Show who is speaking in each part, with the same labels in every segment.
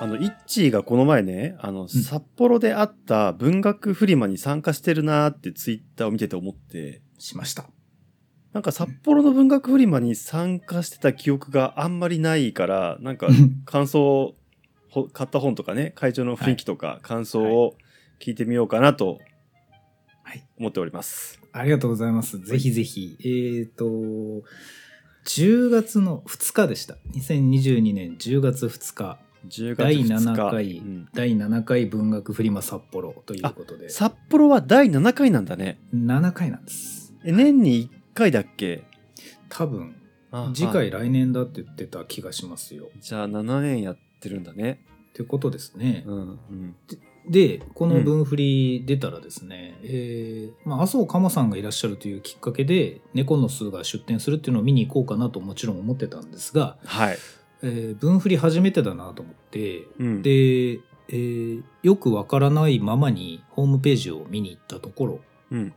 Speaker 1: あの、イッチーがこの前ね、あの、札幌であった文学フリマに参加してるなーってツイッターを見てて思って、
Speaker 2: しました。
Speaker 1: なんか札幌の文学フリマに参加してた記憶があんまりないから、なんか感想を、ほ買った本とかね、会場の雰囲気とか感想を聞いてみようかなと
Speaker 2: はい
Speaker 1: 思っております。
Speaker 2: ありがとうございます。ぜひぜひ。えっ、と、10月の2日でした。2022年10月2日、
Speaker 1: 10月
Speaker 2: 第
Speaker 1: 2日。
Speaker 2: 7回、
Speaker 1: うん
Speaker 2: 第7回文学フリマ札幌ということで、
Speaker 1: 札幌は第7回なんだね。
Speaker 2: 7回なんです。
Speaker 1: え年に1回だっけ
Speaker 2: 多分、
Speaker 1: あ
Speaker 2: 次
Speaker 1: は
Speaker 2: 回
Speaker 1: い
Speaker 2: 来年だって言ってた気がしますよ。
Speaker 1: じゃあ7年やってるんだね。
Speaker 2: ってことですね。
Speaker 1: うん。うん、
Speaker 2: で、この文振り出たらですね、えーまあ、麻生鎌さんがいらっしゃるというきっかけで、猫の巣が出店するっていうのを見に行こうかなともちろん思ってたんですが、
Speaker 1: はい。
Speaker 2: えー文振り初めてだなと思って、
Speaker 1: うん、
Speaker 2: で、えーよくわからないままにホームページを見に行ったところ、
Speaker 1: うん、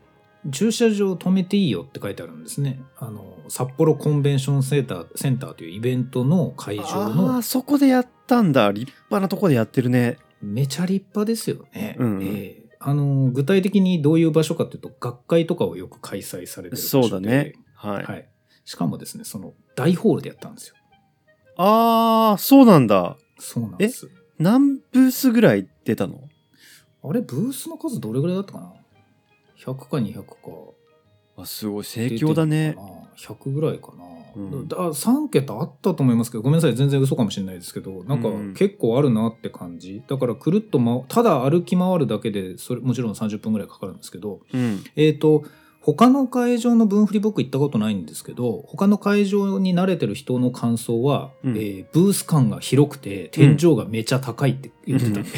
Speaker 2: 駐車場止めていいよって書いてあるんですね。あの、札幌コンベンションセンター、センターというイベントの会場
Speaker 1: あ
Speaker 2: の
Speaker 1: あ、そこでやったんだ。立派なとこでやってるね。
Speaker 2: めちゃ立派ですよね。
Speaker 1: うんうん
Speaker 2: ええあの具体的にどういう場所かというと学会とかをよく開催されてる場所
Speaker 1: そ
Speaker 2: で
Speaker 1: うだね。、はい。
Speaker 2: はい、しかもですねその大ホールでやったんですよ
Speaker 1: ああ、そうなんだ。
Speaker 2: そうなんです
Speaker 1: 何ブースぐらい出たの
Speaker 2: あれブースの数どれぐらいだったかな100か200か
Speaker 1: あすごい、盛況だ
Speaker 2: 出て
Speaker 1: ね
Speaker 2: る。のかな100ぐらいかな、
Speaker 1: うん
Speaker 2: だ3桁あったと思いますけどごめんなさい全然嘘かもしれないですけどなんか
Speaker 1: うんうん
Speaker 2: 結構あるなって感じだからくるっと、ま、ただ歩き回るだけでそれもちろん30分ぐらいかかるんですけど、
Speaker 1: うん。
Speaker 2: えー、と他の会場の分振り僕行ったことないんですけど他の会場に慣れてる人の感想は、
Speaker 1: うん
Speaker 2: えーブース感が広くて天井がめちゃ高いって言ってたんで、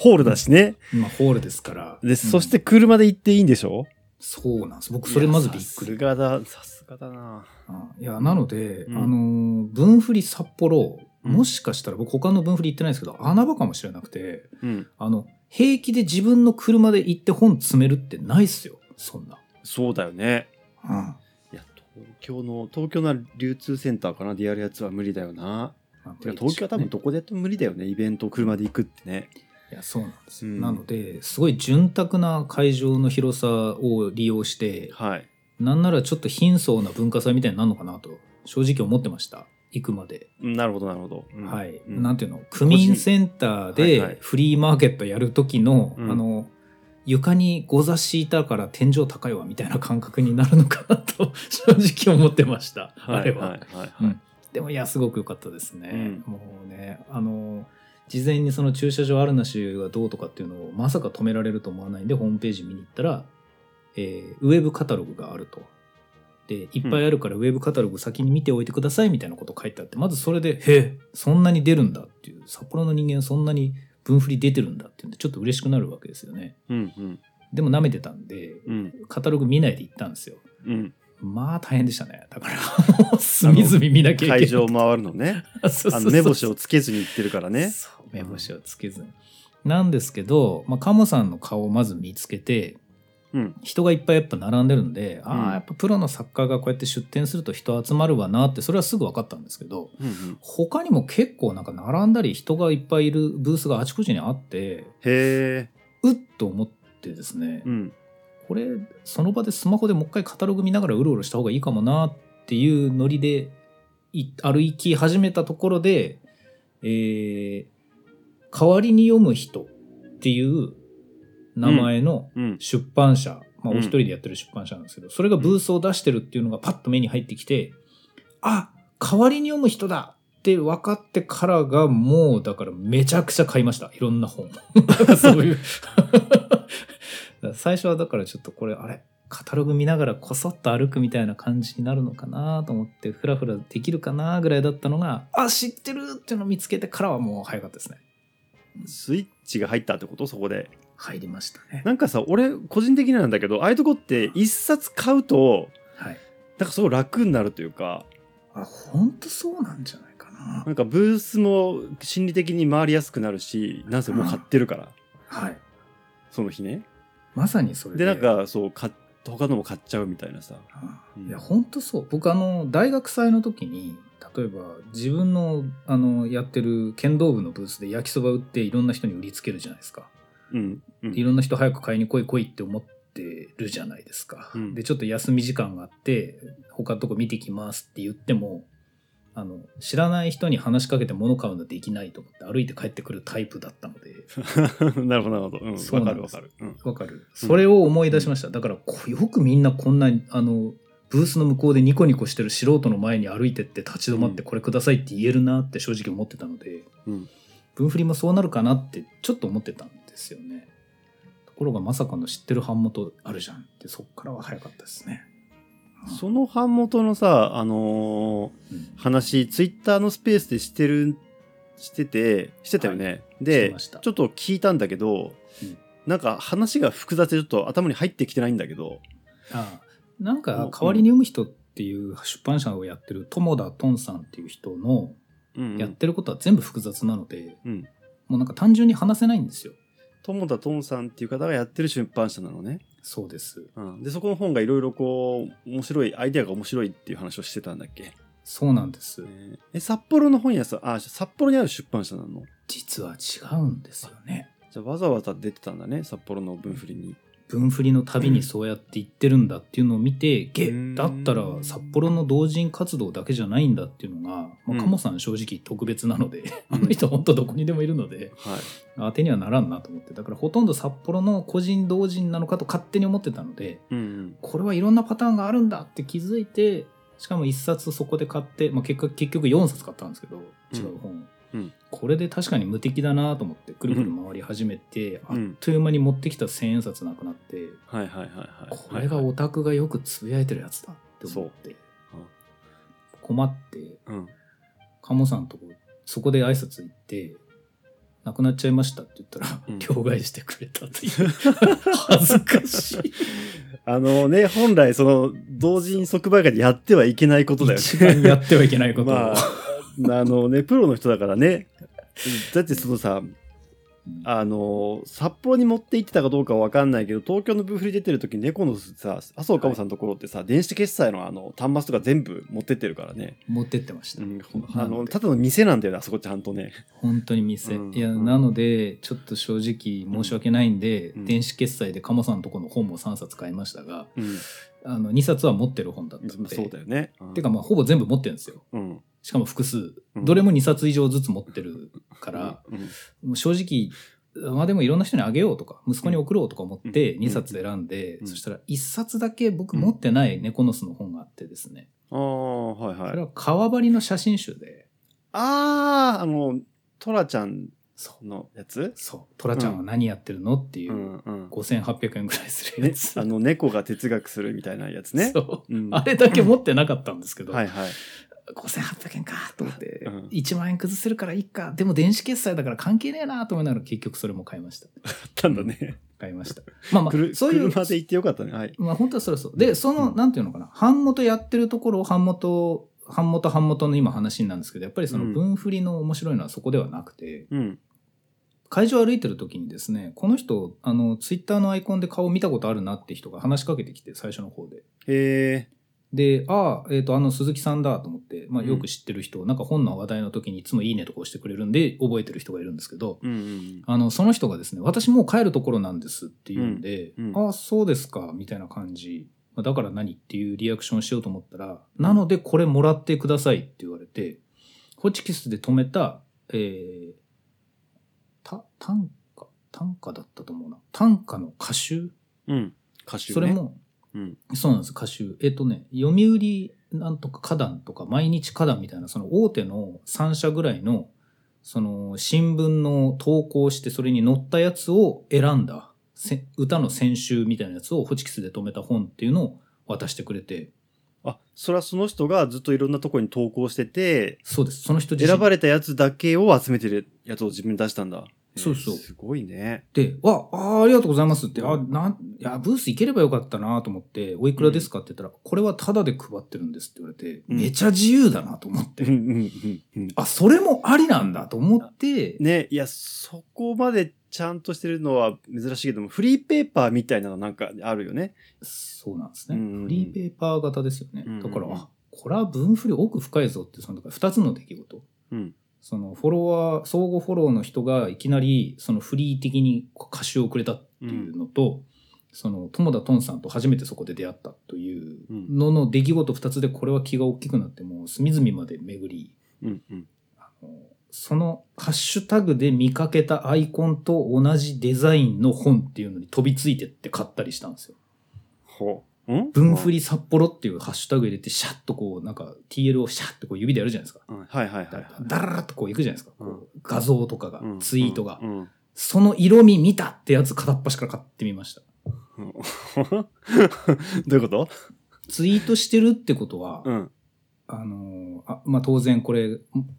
Speaker 1: ホールだしね。
Speaker 2: まあホールですから
Speaker 1: で、
Speaker 2: うん
Speaker 1: そして車で行っていいんでしょ
Speaker 2: そうなんです僕それまずびっくり
Speaker 1: いやさすがだ、さすがだな。
Speaker 2: うんいやなので、
Speaker 1: うん
Speaker 2: あのー分振り札幌
Speaker 1: うん
Speaker 2: もしかしたら僕他の分振り行ってないんですけど穴場かもしれなくて
Speaker 1: うん。
Speaker 2: あの平気で自分の車で行って本詰めるってないっすよそんな、
Speaker 1: そうだよね。
Speaker 2: うん
Speaker 1: いや、東京の、東京の流通センターかなでやるやつは無理だよな。
Speaker 2: なん
Speaker 1: て
Speaker 2: か
Speaker 1: か東京は多分どこでやっても無理だよね。イベント車で行くってね。
Speaker 2: いやそうなんですよ、
Speaker 1: うん
Speaker 2: なのですごい潤沢な会場の広さを利用して
Speaker 1: はい。
Speaker 2: なんならちょっと貧相な文化祭みたいになるのかなと正直思ってました行くまで、
Speaker 1: なるほど、なるほど。うん
Speaker 2: はい、
Speaker 1: うん
Speaker 2: なんていうの区民センター
Speaker 1: はいはい
Speaker 2: でフリーマーケットやる時の、
Speaker 1: うん
Speaker 2: あの床にご座敷いたから天井高いわみたいな感覚になるのかなと 正直思ってました、あれは、
Speaker 1: いはい
Speaker 2: うんでもいやすごく良かったですね、
Speaker 1: う
Speaker 2: もうねあの事前にその駐車場あるなしがどうとかっていうのをまさか止められると思わないんでホームページ見に行ったら、えーウェブカタログがあるとでいっぱいあるからウェブカタログ先に見ておいてくださいみたいなこと書いてあってまずそれで「へえそんなに出るんだ」っていう札幌の人間そんなに分振り出てるんだっていうんでちょっと嬉しくなるわけですよね
Speaker 1: うんうん
Speaker 2: でも舐めてたんで
Speaker 1: うん
Speaker 2: カタログ見ないで行ったんですよ
Speaker 1: うん
Speaker 2: まあ大変でしたねだからもう 隅々見なきゃいけない
Speaker 1: 会場を回るの ね
Speaker 2: そうそ
Speaker 1: あ
Speaker 2: う
Speaker 1: の
Speaker 2: そう
Speaker 1: 目星をつけずに行ってるからね
Speaker 2: そう目星をつけずに。なんですけど、まあ、カモさんの顔をまず見つけて、
Speaker 1: うん
Speaker 2: 人がいっぱいやっぱ並んでるんで、あ
Speaker 1: うん
Speaker 2: あ、やっぱプロの作家がこうやって出展すると人集まるわなって、それはすぐ分かったんですけど、
Speaker 1: うんうん
Speaker 2: 他にも結構なんか並んだり人がいっぱいいるブースがあちこちにあって、
Speaker 1: へえ
Speaker 2: うっと思ってですね、
Speaker 1: うん
Speaker 2: これ、その場でスマホでもう一回カタログ見ながらうろうろした方がいいかもなっていうノリでい歩き始めたところで、えー代わりに読む人っていう名前の
Speaker 1: うん
Speaker 2: 出版社、ま
Speaker 1: う
Speaker 2: あ
Speaker 1: ん
Speaker 2: お一人でやってる出版社なんですけど、それがブースを出してるっていうのがパッと目に入ってきて、あ代わりに読む人だって分かってからがもうだからめちゃくちゃ買いましたいろん な本そういう 最初はだからちょっとこれあれカタログ見ながらこそっと歩くみたいな感じになるのかなと思ってふらふらできるかなぐらいだったのがあ知ってるっていうのを見つけてからはもう早かったですね
Speaker 1: スイッチが入ったってことそこで
Speaker 2: 入りましたね
Speaker 1: なんかさ俺個人的になんだけどああいうとこって一冊買うと
Speaker 2: はい
Speaker 1: なんかすごい楽になるというか
Speaker 2: あ本当そうなんじゃないかな
Speaker 1: なんかブースも心理的に回りやすくなるしなんせもう買ってるから
Speaker 2: はい
Speaker 1: その日ね
Speaker 2: まさにそれ
Speaker 1: で
Speaker 2: で
Speaker 1: なんかそう買っ他のも買っちゃうみたいなさう
Speaker 2: う
Speaker 1: んん
Speaker 2: いや本当そう僕あの大学祭の時に例えば自分のあのやってる剣道部のブースで焼きそば売っていろんな人に売りつけるじゃないですか。
Speaker 1: うん。う
Speaker 2: い
Speaker 1: ん。
Speaker 2: ろんな人早く買いに来い来いって思ってるじゃないですか。
Speaker 1: うん
Speaker 2: でちょっと休み時間があって他のとこ見てきますって言ってもあの知らない人に話しかけて物買うのできないと思って歩いて帰ってくるタイプだったので
Speaker 1: なるほど、なるほど。うん。
Speaker 2: そう
Speaker 1: わ
Speaker 2: な
Speaker 1: かる、
Speaker 2: んで
Speaker 1: わ
Speaker 2: す
Speaker 1: かる。うん。
Speaker 2: わかるそれを思い出しました。だからこうよくみんなこんなあのブースの向こうでニコニコしてる素人の前に歩いてって立ち止まって
Speaker 1: う
Speaker 2: これくださいって言えるなって正直思ってたので。
Speaker 1: うん。
Speaker 2: 文振りもそうなるかなってちょっと思ってたんですよねところがまさかの知ってる版元あるじゃんってそっからは早かったですね、
Speaker 1: その版元のさ、あのー
Speaker 2: うん
Speaker 1: 話、ツイッターのスペースでしてる、してて、してたよね。
Speaker 2: して
Speaker 1: で
Speaker 2: ました、
Speaker 1: ちょっと聞いたんだけど、
Speaker 2: うん
Speaker 1: なんか話が複雑でちょっと頭に入ってきてないんだけど、
Speaker 2: ああなんか代わりに読む人っていう出版社をやってる友田トンさんっていう人の
Speaker 1: うんうん
Speaker 2: やってることは全部複雑なので、
Speaker 1: うん
Speaker 2: もうなんか単純に話せないんですよ
Speaker 1: 友田トンさんっていう方がやってる出版社なのね。
Speaker 2: そうです
Speaker 1: うん、でそこの本がいろいろこう面白いアイデアが面白いっていう話をしてたんだっけ、
Speaker 2: そうなんです
Speaker 1: ねえ札幌の本屋さんあ札幌にある出版社なの
Speaker 2: 実は違うんですよね
Speaker 1: じゃあわざわざ出てたんだね札幌の文振りに
Speaker 2: 文振りの旅にそうやって言ってるんだっていうのを見て、
Speaker 1: う
Speaker 2: げ
Speaker 1: ん
Speaker 2: だったら札幌の同人活動だけじゃないんだっていうのが、
Speaker 1: う
Speaker 2: ま
Speaker 1: ん
Speaker 2: あ、鴨さん正直特別なので、
Speaker 1: うん
Speaker 2: あの人本当どこにでもいるので
Speaker 1: はい
Speaker 2: 当てにはならんなと思ってだからほとんど札幌の個人同人なのかと勝手に思ってたので
Speaker 1: うん
Speaker 2: これはいろんなパターンがあるんだって気づいてしかも1冊そこで買って、まあ、結果結局4冊買ったんですけど違う本を、
Speaker 1: うん
Speaker 2: これで確かに無敵だなと思ってくるくる回り始めて、
Speaker 1: うん
Speaker 2: あっという間に持ってきた1,000円札なくなって。
Speaker 1: はいはいはいはい
Speaker 2: これが
Speaker 1: はいは
Speaker 2: オ
Speaker 1: い
Speaker 2: タクがよくつぶやいてるやつだって思って
Speaker 1: そううん
Speaker 2: 困って
Speaker 1: うん
Speaker 2: 鴨さんとこそこで挨拶行って「なくなっちゃいました」って言ったら、
Speaker 1: うん
Speaker 2: 両替してくれたっていう 恥ずかしい
Speaker 1: あのね本来その同人即売会でやってはいけないことだよ
Speaker 2: 一番
Speaker 1: ね
Speaker 2: やってはいけないこと を、
Speaker 1: まああのねプロの人だからねだってそのさあの札幌に持って行ってたかどうかは分かんないけど東京のブーフリ出てる時に猫の巣さ麻生かもさんのところってさ、電子決済のあの端末とか全部持ってってるからね、
Speaker 2: 持ってってました、
Speaker 1: うん
Speaker 2: な
Speaker 1: あ
Speaker 2: の
Speaker 1: の
Speaker 2: で
Speaker 1: ただの店なんだよねあそこちゃんとね
Speaker 2: 本当に店、
Speaker 1: うん
Speaker 2: いや
Speaker 1: うん
Speaker 2: なのでちょっと正直申し訳ないんで、
Speaker 1: うん
Speaker 2: 電子決済で鴨さんのとこの本も3冊買いましたが
Speaker 1: うん
Speaker 2: あの2冊は持ってる本だったので
Speaker 1: そうだよね、うん
Speaker 2: てかまあほぼ全部持ってるんですよ
Speaker 1: うん
Speaker 2: しかも複数、
Speaker 1: うん
Speaker 2: どれも2冊以上ずつ持ってるから、
Speaker 1: うん
Speaker 2: もう正直まあでもいろんな人にあげようとか息子に送ろうとか思って
Speaker 1: うん
Speaker 2: 2冊選んで、
Speaker 1: うん
Speaker 2: そしたら1冊だけ僕持ってない猫の巣の本があってですね、
Speaker 1: ああはい
Speaker 2: それ
Speaker 1: はい
Speaker 2: は川張りの写真集で
Speaker 1: あああのトラちゃん
Speaker 2: そう
Speaker 1: のやつ
Speaker 2: そう「トラちゃんは何やってるの?」っていううん
Speaker 1: うん
Speaker 2: 5800円ぐらいする
Speaker 1: ね
Speaker 2: やつ、
Speaker 1: あの猫が哲学するみたいなやつね
Speaker 2: そう
Speaker 1: うん
Speaker 2: あれだけ持ってなかったんですけど、
Speaker 1: はいはい
Speaker 2: 5800円かと思って、
Speaker 1: うん
Speaker 2: 1万円崩せるからいいかでも電子決済だから関係ねえなと思いながら結局それも買いました
Speaker 1: あったんだね、
Speaker 2: 買いま した。まあま
Speaker 1: くる
Speaker 2: あ、そういう。
Speaker 1: 車で行ってよかったねはい
Speaker 2: まあ本当はそれはそう。で、その、
Speaker 1: うん
Speaker 2: なんていうのかな、版元やってるところを版元、版元版元の今話なんですけど、やっぱりその
Speaker 1: うん
Speaker 2: 文振りの面白いのはそこではなくて、
Speaker 1: うん
Speaker 2: 会場歩いてる時にですね、この人、あの、ツイッターのアイコンで顔見たことあるなって人が話しかけてきて、最初の方で。
Speaker 1: へえ
Speaker 2: で、ああ、えっ、と、あの鈴木さんだと思って、まあ
Speaker 1: うん
Speaker 2: よく知ってる人、なんか本の話題の時にいつもいいねとか押してくれるんで、覚えてる人がいるんですけど、
Speaker 1: うんうん
Speaker 2: あの、その人がですね、私もう帰るところなんですって言うんで、
Speaker 1: うんうん
Speaker 2: ああ、そうですか、みたいな感じ。まあだから何っていうリアクションしようと思ったら、なのでこれもらってくださいって言われて、ホチキスで止めた、えー、た、短歌短歌だったと思うな。短歌の歌集
Speaker 1: うん歌手ね
Speaker 2: それも、
Speaker 1: うん
Speaker 2: そうなんです、歌集。えっ、とね、読売なんとか花壇とか、毎日花壇みたいな、その大手の3社ぐらいの、その新聞の投稿して、それに載ったやつを選んだ、せ歌の選集みたいなやつをホチキスで止めた本っていうのを渡してくれて、
Speaker 1: あそれはその人がずっといろんなとこに投稿してて
Speaker 2: そうです、その人自身
Speaker 1: 選ばれたやつだけを集めてるやつを自分に出したんだえー
Speaker 2: そうそう
Speaker 1: すごいね
Speaker 2: で、わ、あー、ありがとうございますって、あ、なん、いや、ブース行ければよかったなと思って、おいくらですかって言ったら、これはタダで配ってるんですって言われて、
Speaker 1: うん
Speaker 2: めちゃ自由だなと思っ て。
Speaker 1: うんうんうんうん
Speaker 2: あ、それもありなんだと思って、
Speaker 1: ねいやそこまでちゃんとしてるのは珍しいけどもフリーペーパーみたいなのなんかあるよね
Speaker 2: そうなんですね。
Speaker 1: うん
Speaker 2: フリーペーパー型ですよね。
Speaker 1: うん
Speaker 2: だから、
Speaker 1: うん
Speaker 2: あ、これは分振り奥深いぞってそのだから2つの出来事
Speaker 1: うん。
Speaker 2: そのフォロワー相互フォローの人がいきなりそのフリー的に歌集をくれたっていうのと、その友田トンさんと初めてそこで出会ったというのの出来事2つでこれは気が大きくなってもう隅々まで巡り
Speaker 1: うん。うん。
Speaker 2: あのそのハッシュタグで見かけたアイコンと同じデザインの本っていうのに飛びついてって買ったりしたんですよ。
Speaker 1: ほう。うん
Speaker 2: 分振り札幌っていうハッシュタグ入れてシャッとこうなんか TL をシャッとこう指でやるじゃないですか。
Speaker 1: うんはいはいはい
Speaker 2: だ
Speaker 1: はい。
Speaker 2: だららっとこういくじゃないですか。
Speaker 1: うん
Speaker 2: こう画像とかが、
Speaker 1: うん
Speaker 2: ツイートが、
Speaker 1: うん。うん
Speaker 2: その色味見たってやつ片っ端から買ってみました。
Speaker 1: どういうこと
Speaker 2: ツイートしてるってことは、
Speaker 1: うん。
Speaker 2: あのーあ、まあ当然これ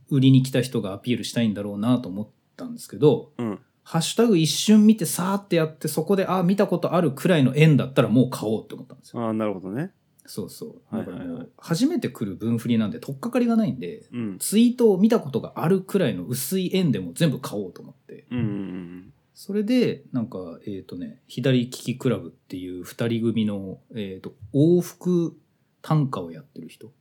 Speaker 2: 売りに来た人がアピールしたいんだろうなと思ったんですけど、
Speaker 1: うん。
Speaker 2: ハッシュタグ一瞬見てさーってやってそこであ見たことあるくらいの縁だったらもう買おうって思ったんですよ。
Speaker 1: ああ、なるほどね。
Speaker 2: そうそう。
Speaker 1: は
Speaker 2: だ
Speaker 1: い
Speaker 2: か
Speaker 1: はい
Speaker 2: ら
Speaker 1: はい
Speaker 2: もう初めて来る分振りなんで取っかかりがないんで、
Speaker 1: うん。
Speaker 2: ツイートを見たことがあるくらいの薄い縁でも全部買おうと思って。
Speaker 1: うんうん
Speaker 2: それで、なんか、えっ、とね、左利きクラブっていう二人組の、えっ、と、往復短歌をやってる人。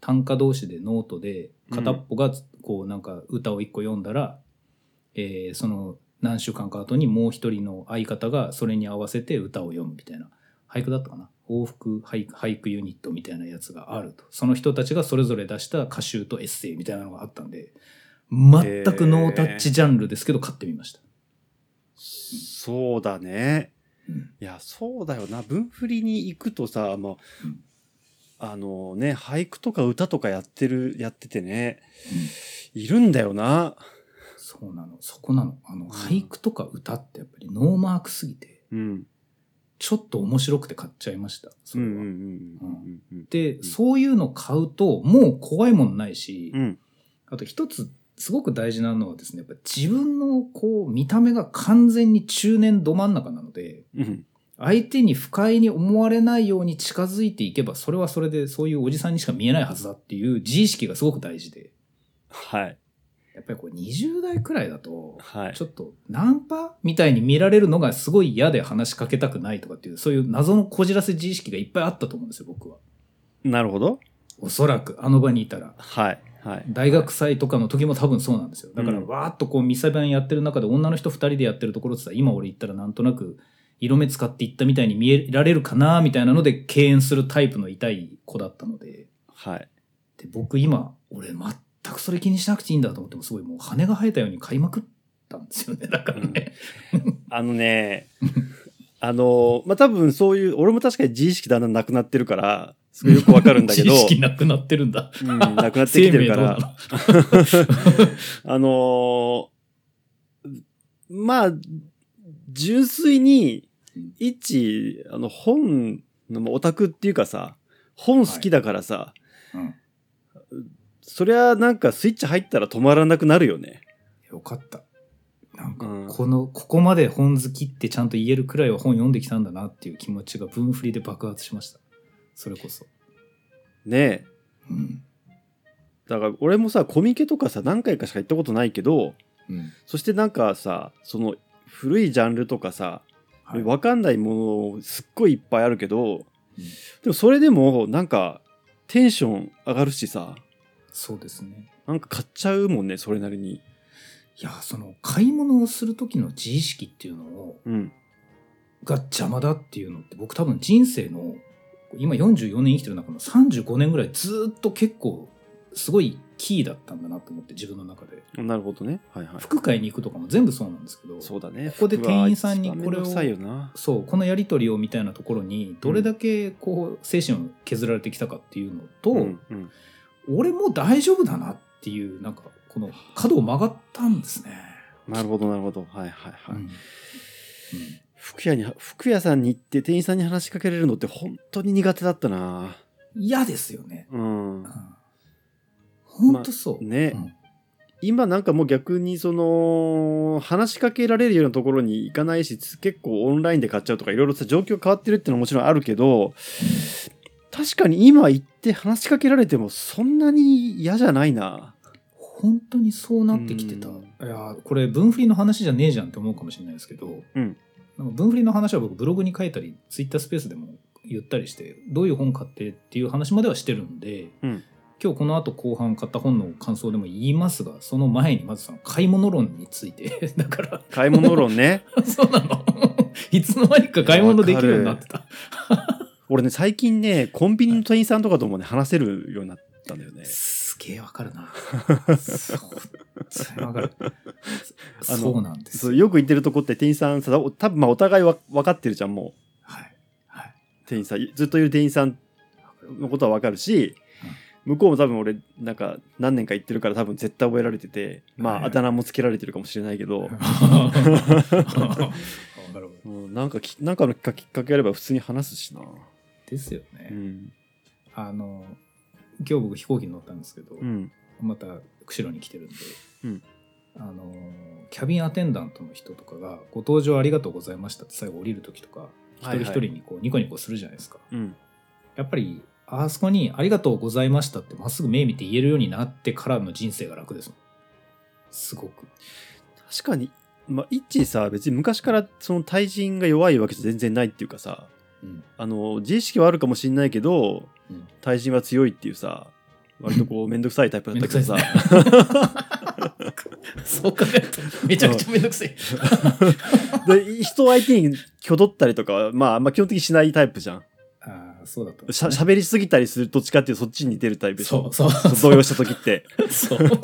Speaker 2: 短歌同士でノートで、片っぽが、こう、なんか、歌を一個読んだら、えーその、何週間か後にもう一人の相方が、それに合わせて歌を読むみたいな。俳句だったかな往復俳句俳句ユニットみたいなやつがあると。その人たちがそれぞれ出した歌集とエッセイみたいなのがあったんで、全くノータッチジャンルですけど買ってみました。
Speaker 1: そうだね。いや、そうだよな。文振りに行くとさ、ま
Speaker 2: うん
Speaker 1: あ、あのね、俳句とか歌とかやってる、やっててね、いるんだよな。
Speaker 2: そうなの、そこなの。あの、
Speaker 1: ん
Speaker 2: 俳句とか歌ってやっぱりノーマークすぎて、
Speaker 1: うん。
Speaker 2: ちょっと面白くて買っちゃいました。そ
Speaker 1: うん
Speaker 2: れ
Speaker 1: う
Speaker 2: は。
Speaker 1: んうんうん
Speaker 2: で、
Speaker 1: ん
Speaker 2: そういうの買うと、もう怖いもんないし、
Speaker 1: うん。うん。
Speaker 2: あと一つ、すごく大事なのはですね、やっぱ自分のこう、見た目が完全に中年ど真ん中なので、
Speaker 1: うん。
Speaker 2: 相手に不快に思われないように近づいていけば、それはそれでそういうおじさんにしか見えないはずだっていう自意識がすごく大事で、
Speaker 1: はい。
Speaker 2: やっぱりこう20代くらいだと、
Speaker 1: はい
Speaker 2: ち。ょっとナンパみたいに見られるのがすごい嫌で話しかけたくないとかっていう、そういう謎のこじらせ自意識がいっぱいあったと思うんですよ、僕は。
Speaker 1: なるほど。
Speaker 2: おそらく、あの場にいたら。
Speaker 1: はい。はい。
Speaker 2: 大学祭とかの時も多分そうなんですよ。だから、
Speaker 1: うん
Speaker 2: わーっとこう、店番やってる中で女の人二人でやってるところってさ、今俺行ったらなんとなく、色目使っていったみたいに見えられるかなみたいなので、敬遠するタイプの痛い子だったので。
Speaker 1: はい。
Speaker 2: で、僕今、俺全くそれ気にしなくていいんだと思っても、すごいもう羽が生えたように買いまくったんですよね。だからね。
Speaker 1: あのね、あの、まあ、多分そういう、俺も確かに自意識だんだんなくなってるから、すごいよくわかるん だけど、
Speaker 2: 知識なくなってるんだ。
Speaker 1: うん、なくなってきてるから、 あのーまあ、純粋に
Speaker 2: うん、
Speaker 1: 一、あの、本の、まあオタクっていうかさ、本好きだからさ、
Speaker 2: うん
Speaker 1: そりゃなんかスイッチ入ったら止まらなくなるよね。
Speaker 2: よかった。なんか
Speaker 1: うん、
Speaker 2: この、ここまで本好きってちゃんと言えるくらいは本読んできたんだなっていう気持ちが分振りで爆発しました。それこそ。
Speaker 1: ねえ。
Speaker 2: うん。
Speaker 1: だから俺もさ、コミケとかさ、何回かしか行ったことないけど、
Speaker 2: うん。
Speaker 1: そしてなんかさ、その古いジャンルとかさ、
Speaker 2: はい
Speaker 1: わかんないものすっごいいっぱいあるけど、
Speaker 2: うん
Speaker 1: でもそれでもなんかテンション上がるしさ、
Speaker 2: そうですね。
Speaker 1: なんか買っちゃうもんね、それなりに。
Speaker 2: いや、その、買い物をする時の自意識っていうのを、
Speaker 1: うん。
Speaker 2: が邪魔だっていうのって、僕多分人生の、今44年生きてる中の35年ぐらいずーっと結構、すごいキーだったんだなと思って、自分の中で。
Speaker 1: なるほどね。はいはい。
Speaker 2: 服買いに行くとかも全部そうなんですけど、
Speaker 1: そうだね。
Speaker 2: ここで店員さんに
Speaker 1: 服は一番めどくさいよな。
Speaker 2: そうこのやり取りをみたいなところにどれだけこう精神を削られてきたかっていうのと、
Speaker 1: うんうん。
Speaker 2: 俺もう大丈夫だなっていうなんかこの角を曲がったんですね。
Speaker 1: なるほど、なるほど。はいはいはい。
Speaker 2: うん
Speaker 1: 服屋に、服屋さんに行って店員さんに話しかけられるのって本当に苦手だったな。
Speaker 2: 嫌、ですよね。
Speaker 1: うん
Speaker 2: うん。本当そう。
Speaker 1: ね
Speaker 2: うん
Speaker 1: 今なんかもう逆にその、話しかけられるようなところに行かないし、結構オンラインで買っちゃうとかいろいろさ、状況変わってるってのはもちろんあるけど、確かに今行って話しかけられてもそんなに嫌じゃないな。
Speaker 2: 本当にそうなってきてた。
Speaker 1: うん
Speaker 2: いやーこれ分振りの話じゃねえじゃんって思うかもしれないですけど、
Speaker 1: うん
Speaker 2: なんか分振りの話は僕ブログに書いたりツイッタースペースでも言ったりしてどういう本買ってっていう話まではしてるんで、
Speaker 1: うん
Speaker 2: 今日この後後半買った本の感想でも言いますがその前にまずその買い物論について だから
Speaker 1: 買い物論 ね。
Speaker 2: そうなのいつの間にか買い物できるようになってた
Speaker 1: 俺ね、最近ね、コンビニの店員さんとかともね、話せるようになったんだよね。
Speaker 2: すげえわかる なそうそれわかる
Speaker 1: あの
Speaker 2: そうなんです
Speaker 1: そうよく行ってるとこって店員さんさ、お多分まあお互いわ分かってるじゃん、も
Speaker 2: はいはい、
Speaker 1: う。店員さん、ずっといる店員さんのことは分かるし、向こうも多分俺、なんか何年か行ってるから多分絶対覚えられてて、ま
Speaker 2: はい
Speaker 1: ああだ名もつけられてるかもしれないけ ど、
Speaker 2: わかる
Speaker 1: うんなんかき、なんかのきっかきっかけあれば普通に話すしな。
Speaker 2: ですよね、
Speaker 1: うん。
Speaker 2: あの今日僕飛行機に乗ったんですけど、
Speaker 1: うん。
Speaker 2: また釧路に来てるんで、
Speaker 1: うん
Speaker 2: あのキャビンアテンダントの人とかが「ご登場ありがとうございました」って最後降りる時とか一
Speaker 1: はい
Speaker 2: 人
Speaker 1: はい
Speaker 2: 一人にこうニコニコするじゃないですか、
Speaker 1: うん。
Speaker 2: やっぱりあそこに「ありがとうございました」ってまっすぐ目見て言えるようになってからの人生が楽ですもんすごく
Speaker 1: 確かに、まあ、イッチーさ、別に昔からその対人が弱いわけじゃ全然ないっていうかさ、
Speaker 2: うん
Speaker 1: あの、自意識はあるかもしれないけど、
Speaker 2: うん
Speaker 1: 対人は強いっていうさ、割と こう、めんどくさいタイプだったけどさ、
Speaker 2: めん そう考えるとめちゃくちゃめんどくさい
Speaker 1: で人相手にきょどったりとかは、まあ、まあ、基本的にしないタイプじゃん。
Speaker 2: ああそうだったんで
Speaker 1: し
Speaker 2: す
Speaker 1: ゃ
Speaker 2: ね
Speaker 1: 喋りすぎたりする、どっちかっていうとそっちに似てるタイプでし
Speaker 2: そ
Speaker 1: ょ
Speaker 2: うそう
Speaker 1: そう動揺した時って。
Speaker 2: そう。もうね、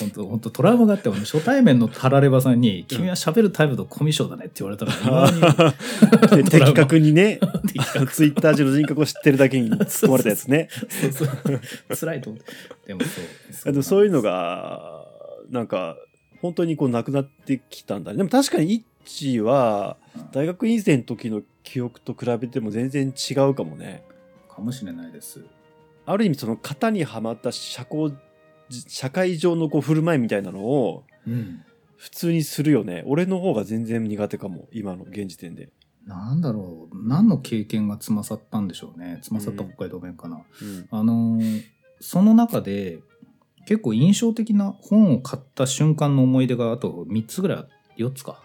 Speaker 2: 本当本当トラウマがあって、俺初対面のタラレバさんに、君は喋るタイプとコミュ障だねって言わ れたら、未だ
Speaker 1: で
Speaker 2: トラウマ
Speaker 1: 的確にね、
Speaker 2: に 的確
Speaker 1: ツイッター上の人格を知ってるだ けに突っ込まれたやつね。
Speaker 2: そうそう辛いと思って。でもそう。
Speaker 1: あでもそういうの。が、なんか、本当にこうなくなってきたんだね。でも確かにイッチは、大学院生の時の記憶と比べても全然違うかもね。
Speaker 2: かもしれないです。
Speaker 1: ある意味その型にはまった社交、社会上のこう振る舞いみたいなのを
Speaker 2: うん。
Speaker 1: 普通にするよね。俺の方が全然苦手かも。今の現時点で。
Speaker 2: なんだろう。何の経験がつまさったんでしょうね。つまさった北海道弁かな。
Speaker 1: うん。
Speaker 2: あのーその中で、結構印象的な本を買った瞬間の思い出があと3つぐらいあ、4つか。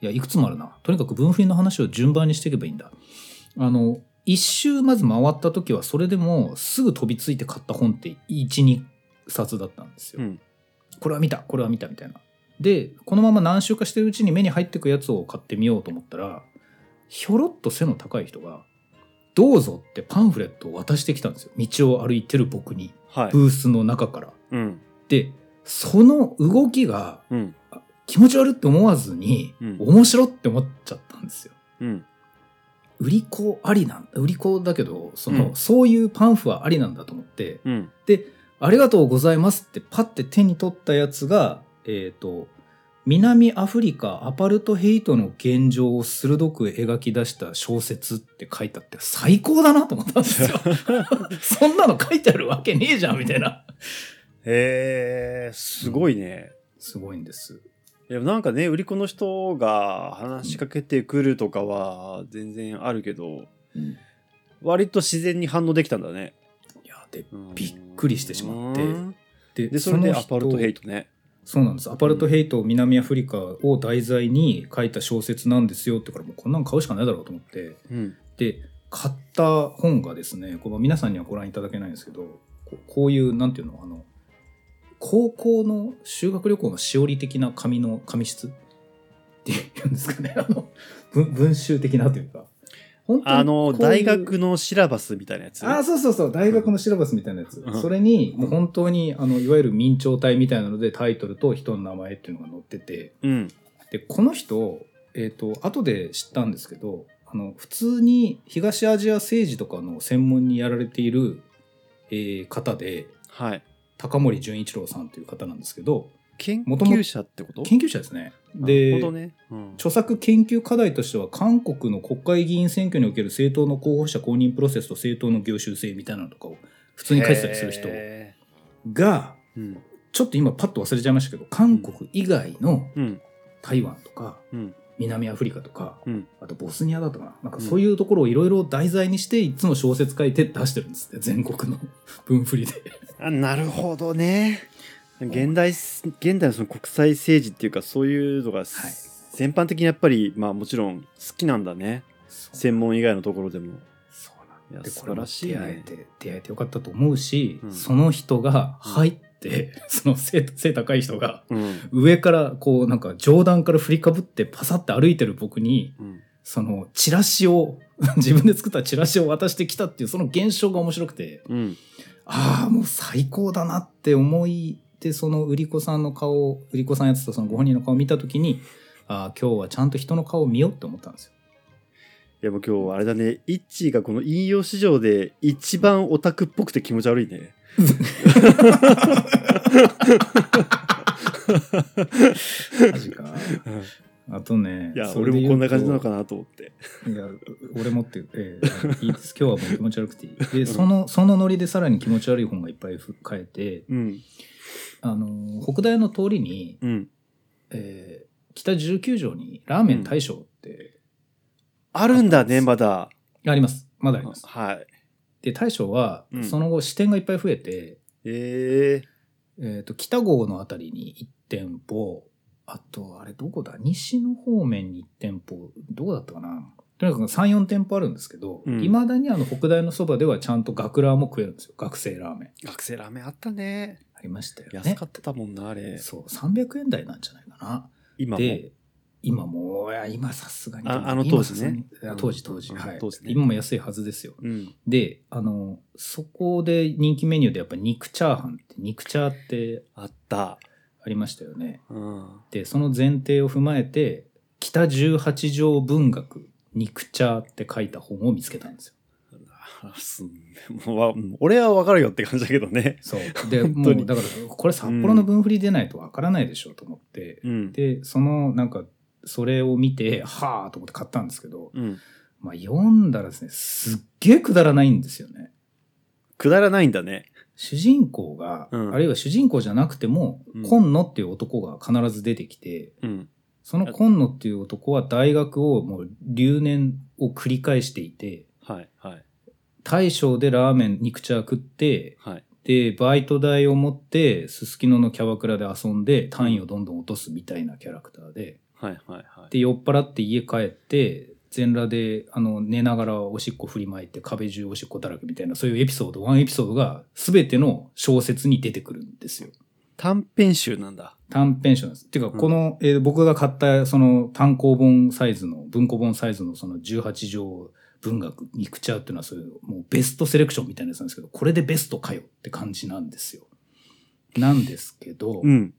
Speaker 2: いや、いくつもあるな。とにかく文振りの話を順番にしていけばいいんだ。あの、一周まず回った時は、それでもすぐ飛びついて買った本って1、2冊だったんですよ。
Speaker 1: うん
Speaker 2: これは見た、これは見たみたいな。で、このまま何週かしてるうちに目に入ってくやつを買ってみようと思ったら、ひょろっと背の高い人が、どうぞってパンフレットを渡してきたんですよ。道を歩いてる僕に、
Speaker 1: はい。
Speaker 2: ブースの中から。
Speaker 1: うん。
Speaker 2: で、その動きが
Speaker 1: うん。
Speaker 2: 気持ち悪って思わずに、
Speaker 1: うん
Speaker 2: 面白って思っちゃったんですよ。
Speaker 1: うん。
Speaker 2: 売り子ありなん売り子だけど、その、
Speaker 1: うん
Speaker 2: そういうパンフはありなんだと思って、
Speaker 1: うん。
Speaker 2: ありがとうございますってパッて手に取ったやつが、えっ、と、南アフリカアパルトヘイトの現状を鋭く描き出した小説って書いてあって最高だなと思った んですよ。そんなの書いてあるわけねえじゃんみたいな。
Speaker 1: へえ、すごいね。
Speaker 2: すごいんです。
Speaker 1: でもなんかね売り子の人が話しかけてくるとかは全然あるけど
Speaker 2: い
Speaker 1: 割と自然に反応できたんだね、
Speaker 2: や、で、
Speaker 1: うん
Speaker 2: びっくりしてしまって
Speaker 1: うん
Speaker 2: で
Speaker 1: でそれで
Speaker 2: の
Speaker 1: ア
Speaker 2: 人
Speaker 1: パルトヘイトね
Speaker 2: そうなんです。アパルトヘイト南アフリカを題材に書いた小説なんですよってからもうこんなん買うしかないだろうと思って。
Speaker 1: うん
Speaker 2: で買った本がですねこの皆さんにはご覧いただけないんですけどこうこういうなんていうのあの高校の修学旅行のしおり的な紙の紙質っていうんですかねあの文文集的なというか本当に
Speaker 1: あの
Speaker 2: こういう
Speaker 1: 大学のシラバスみたいなやつ
Speaker 2: あーそうそうそう大学のシラバスみたいなやつ、
Speaker 1: うん
Speaker 2: それにもう本当にあのいわゆる明朝体みたいなのでタイトルと人の名前っていうのが載ってて、
Speaker 1: うん
Speaker 2: でこの人、えっと後で知ったんですけどあの普通に東アジア政治とかの専門にやられている、えー方で
Speaker 1: はい
Speaker 2: 高森純一郎さんという方なんですけど
Speaker 1: 研
Speaker 2: もとも
Speaker 1: 究者ってこと
Speaker 2: 研究者ですね。
Speaker 1: な
Speaker 2: で
Speaker 1: るほどね、うん
Speaker 2: 著作研究課題としては韓国の国会議員選挙における政党の候補者公認プロセスと政党の業種性みたいなのとかを普通に書いてたりする人
Speaker 1: へ
Speaker 2: が
Speaker 1: ーうん
Speaker 2: ちょっと今パッと忘れちゃいましたけど韓国以外の
Speaker 1: うん
Speaker 2: 台湾とか
Speaker 1: うん
Speaker 2: 南アフリカとか、
Speaker 1: うん
Speaker 2: あとボスニアだったかななんかそういうところをいろいろ題材にしていつも小説書いて出してるんですって全国の 文振りで
Speaker 1: あなるほどね現代す現代のその国際政治っていうかそういうのが
Speaker 2: い
Speaker 1: 全般的にやっぱりまあもちろん好きなんだね専門以外のところでも。
Speaker 2: そうな
Speaker 1: いや
Speaker 2: んで
Speaker 1: 素
Speaker 2: これ
Speaker 1: 晴
Speaker 2: も
Speaker 1: らしい
Speaker 2: 出会え
Speaker 1: ね。
Speaker 2: て出会えてよかったと思うし、
Speaker 1: うん
Speaker 2: その人が
Speaker 1: うん
Speaker 2: 入って、 その背背高い人が
Speaker 1: うん。
Speaker 2: 上からこうなんか上段から振りかぶってパサって歩いてる僕に
Speaker 1: うん。
Speaker 2: そのチラシを 自分で作ったチラシを渡してきたっていうその現象が面白くて
Speaker 1: うん。
Speaker 2: ああもう最高だなって思いでその売り子さんの顔を売り子さんやってたそのご本人の顔を見た時にああ今日はちゃんと人の顔を見ようって思ったんですよ。
Speaker 1: いやもう今日はあれだね、イッチーがこの引用市場で一番オタクっぽくて気持ち悪いね。
Speaker 2: マジか
Speaker 1: うん
Speaker 2: あとね
Speaker 1: いや、
Speaker 2: それ
Speaker 1: 俺も
Speaker 2: で言う
Speaker 1: こんな感じ
Speaker 2: と
Speaker 1: なのかなと思って。
Speaker 2: いや、俺もって、ええいいです。今日はもう気持ち悪くていい。で、その、そのノリでさらに気持ち悪い本がいっぱいふ変えて、
Speaker 1: うん。
Speaker 2: あの、北大の通りに、
Speaker 1: うん。
Speaker 2: えー北19条にラーメン大将って、
Speaker 1: あるんだね、まだ。
Speaker 2: あります。まだあります。
Speaker 1: はい。
Speaker 2: で、大将は
Speaker 1: う、ん
Speaker 2: その後支店がいっぱい増えて、
Speaker 1: ええ
Speaker 2: えっと、北郷のあたりに1店舗、あと、あれどこだ西の方面に1店舗、どこだったかなとにかく3、4店舗あるんですけど、
Speaker 1: うん
Speaker 2: いま、だにあの北大のそばではちゃんと学ラーも食えるんですよ。学生ラーメン。
Speaker 1: 学生ラーメンあったね。
Speaker 2: ありましたよね。
Speaker 1: 安かったもんな、あれ。
Speaker 2: そう、300円台なんじゃないかな。
Speaker 1: 今も。
Speaker 2: で、今もう、いや、今さすがに。
Speaker 1: ああの
Speaker 2: 今
Speaker 1: 当時ね
Speaker 2: さすがにいや当時、当時。
Speaker 1: うん
Speaker 2: はい
Speaker 1: 当時。ね
Speaker 2: 今も安いはずですよ。
Speaker 1: うん。
Speaker 2: で、あの、そこで人気メニューでやっぱ肉チャーハンって、肉チャーって
Speaker 1: あった。
Speaker 2: ありましたよね。
Speaker 1: うん。
Speaker 2: で、その前提を踏まえて、北18条文学、肉チャーって書いた本を見つけたんですよ。
Speaker 1: あすもうわうん俺はわかるよって感じだけどね。
Speaker 2: そう。で、
Speaker 1: 本当に
Speaker 2: もう、だから、これ札幌の分振り出ないとわからないでしょうと思って、
Speaker 1: うん。
Speaker 2: でそのなんかそれを見てはあと思って買ったんですけど、
Speaker 1: うん。
Speaker 2: まあ、読んだらですねすっげえくだらないんですよね。
Speaker 1: くだらないんだね。
Speaker 2: 主人公が、
Speaker 1: うん
Speaker 2: あるいは主人公じゃなくても、
Speaker 1: うん
Speaker 2: 今野っていう男が必ず出てきて
Speaker 1: うん。
Speaker 2: その今野っていう男は大学をもう留年を繰り返していて
Speaker 1: はい、はい、
Speaker 2: 大将でラーメン肉茶食って
Speaker 1: はい。
Speaker 2: でバイト代を持ってすすきののキャバクラで遊んで単位をどんどん落とすみたいなキャラクターで。
Speaker 1: はい、はい、はい。
Speaker 2: で酔っ払って家帰って全裸であの寝ながらおしっこ振りまいて壁中おしっこだらけみたいなそういうエピソードワンエピソードが全ての小説に出てくるんですよ
Speaker 1: 短編集なんだ。
Speaker 2: 短編集なんですっていうか
Speaker 1: うん
Speaker 2: この、えー僕が買ったその単行本サイズの文庫本サイズのその18条文学肉茶っていうのはそういうもうベストセレクションみたいなやつなんですけどこれでベストかよって感じなんですよなんですけど、
Speaker 1: うん。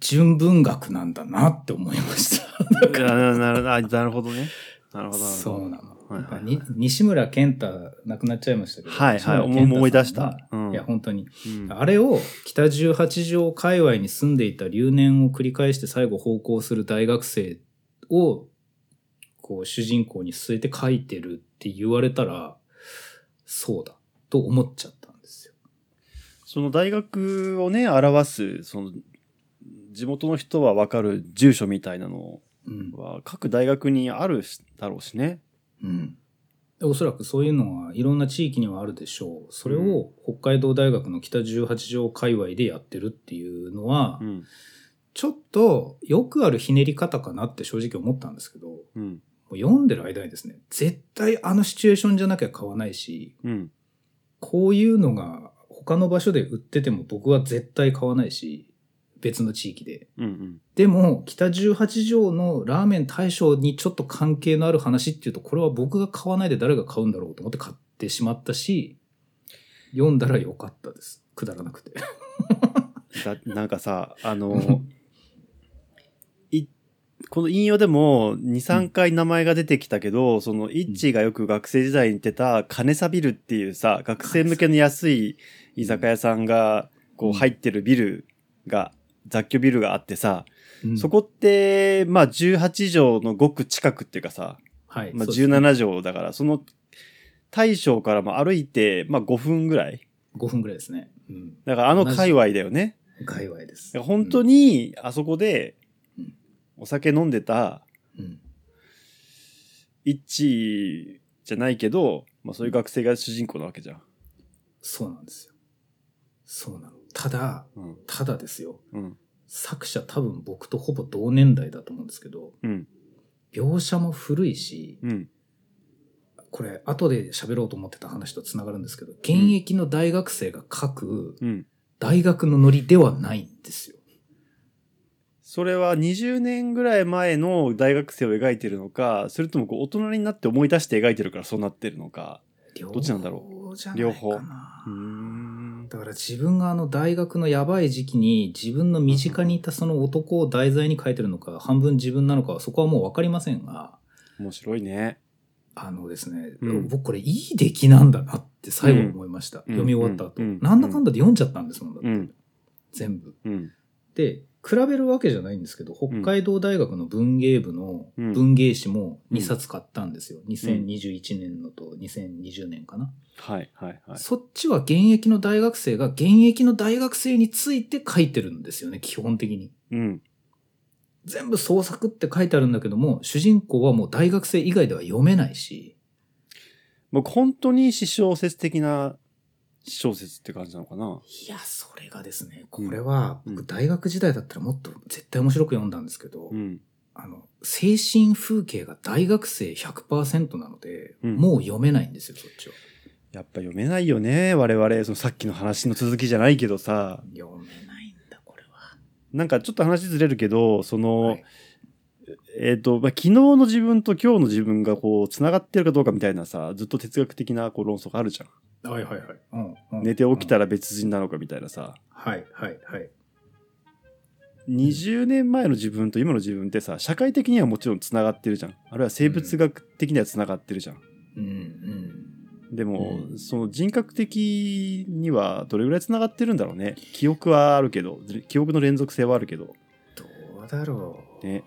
Speaker 2: 純文学なんだなって思いました
Speaker 1: なななななるほどね。なるほど、なるほ
Speaker 2: そ
Speaker 1: ど。
Speaker 2: うなの。
Speaker 1: はいはいはい
Speaker 2: やっぱに西村健太亡くなっちゃいましたけど。
Speaker 1: はいはい
Speaker 2: 西村健太さんが
Speaker 1: 思い出したうん
Speaker 2: いや本当に、
Speaker 1: うん
Speaker 2: あれを北十八条界隈に住んでいた留年を繰り返して最後奉公する大学生をこう主人公に据えて書いてるって言われたらそうだと思っちゃったんですよ。
Speaker 1: その大学をね、表す、その、地元の人はわかる住所みたいなの
Speaker 2: うん。
Speaker 1: は、各大学にあるしだろうしね。
Speaker 2: うん。おそらくそういうのはいろんな地域にはあるでしょう。それを北海道大学の北十八条界隈でやってるっていうのは、
Speaker 1: うん。
Speaker 2: ちょっとよくあるひねり方かなって正直思ったんですけど、も
Speaker 1: うん。
Speaker 2: う読んでる間にですね、絶対あのシチュエーションじゃなきゃ買わないし、
Speaker 1: うん。
Speaker 2: こういうのが他の場所で売ってても僕は絶対買わないし、別の地域で。
Speaker 1: うん。うん。
Speaker 2: でも、北18条のラーメン大将にちょっと関係のある話っていうと、これは僕が買わないで誰が買うんだろうと思って買ってしまったし、読んだらよかったです。くだらなくて。
Speaker 1: だなんかさ、あ の、いこの引用でも2、3回名前が出てきたけど、その、イッチーがよく学生時代に行ってた、金サビルっていうさ、学生向けの安い居酒屋さんが、こう入ってるビルが、雑居ビルがあってさ、
Speaker 2: うん
Speaker 1: そこって、まあ18畳のごく近くっていうかさ、
Speaker 2: はい。
Speaker 1: まあ
Speaker 2: そうですね
Speaker 1: 17畳だから、その、大将からも歩いて、まあ5分ぐらい。
Speaker 2: 5分くらいですね。うん。
Speaker 1: だからあの界隈だよね。
Speaker 2: 界隈です。
Speaker 1: だから本当に、あそこで
Speaker 2: うん、
Speaker 1: お酒飲んでた、
Speaker 2: うん、
Speaker 1: 一致じゃないけど、まあそういう学生が主人公なわけじゃん。
Speaker 2: そうなんですよ。そうなの。ただ、
Speaker 1: うん。
Speaker 2: ただですよ。
Speaker 1: うん。
Speaker 2: 作者多分僕とほぼ同年代だと思うんですけど、
Speaker 1: うん。
Speaker 2: 描写も古いし、
Speaker 1: うん。
Speaker 2: これ後で喋ろうと思ってた話とつながるんですけど、現役の大学生が書く
Speaker 1: うん。
Speaker 2: 大学のノリではないんですよ。
Speaker 1: それは20年ぐらい前の大学生を描いてるのか、それともこう大人になって思い出して描いてるからそうなってるのか。
Speaker 2: ど
Speaker 1: っちなんだろ
Speaker 2: う
Speaker 1: 両方
Speaker 2: じゃないかな
Speaker 1: うーん。
Speaker 2: だから自分があの大学のやばい時期に自分の身近にいたその男を題材に書いてるのか半分自分なのかはそこはもう分かりませんが
Speaker 1: 面白いね。
Speaker 2: あのですね、
Speaker 1: うん
Speaker 2: 僕これいい出来なんだなって最後思いました、
Speaker 1: うん
Speaker 2: 読み終わった
Speaker 1: う
Speaker 2: 後、
Speaker 1: ん
Speaker 2: なんだかんだで読んじゃったんですもんだって、
Speaker 1: うん
Speaker 2: 全部
Speaker 1: うん。
Speaker 2: で比べるわけじゃないんですけど北海道大学の文芸部の
Speaker 1: うん
Speaker 2: 文芸誌も2冊買ったんですよ、2021年のと2020年かな、
Speaker 1: はいはいはい。
Speaker 2: そっちは現役の大学生が現役の大学生について書いてるんですよね、基本的に。
Speaker 1: うん。
Speaker 2: 全部創作って書いてあるんだけども、主人公はもう大学生以外では読めないし、
Speaker 1: 僕本当に私小説的な私小説って感じなのかな。
Speaker 2: いや、それがですね、これは
Speaker 1: うん
Speaker 2: 僕大学時代だったらもっと絶対面白く読んだんですけど、
Speaker 1: うん。
Speaker 2: あの、精神風景が大学生100%なので、
Speaker 1: うん
Speaker 2: もう読めないんですよ、そっちは。
Speaker 1: やっぱ読めないよね。我々、そのさっきの話の続きじゃないけどさ。
Speaker 2: 読めないんだ、これは。
Speaker 1: なんかちょっと話ずれるけど、その、
Speaker 2: はい
Speaker 1: えっ、と、まあ、昨日の自分と今日の自分がこう、繋がってるかどうかみたいなさ、ずっと哲学的なこう論争があるじゃん。
Speaker 2: はいはいはい。うんうん
Speaker 1: 寝て起きた
Speaker 2: ら。
Speaker 1: ら別人なのかみたいなさ。
Speaker 2: はいはいはい。
Speaker 1: 20年前の自分と今の自分ってさ、社会的にはもちろん繋がってるじゃん。あるいは生物学的には繋がってるじゃん。
Speaker 2: うんうん。
Speaker 1: でも、
Speaker 2: うん
Speaker 1: その人格的にはどれぐらい繋がってるんだろうね。記憶はあるけど、記憶の連続性はあるけど。
Speaker 2: どうだろう。
Speaker 1: ね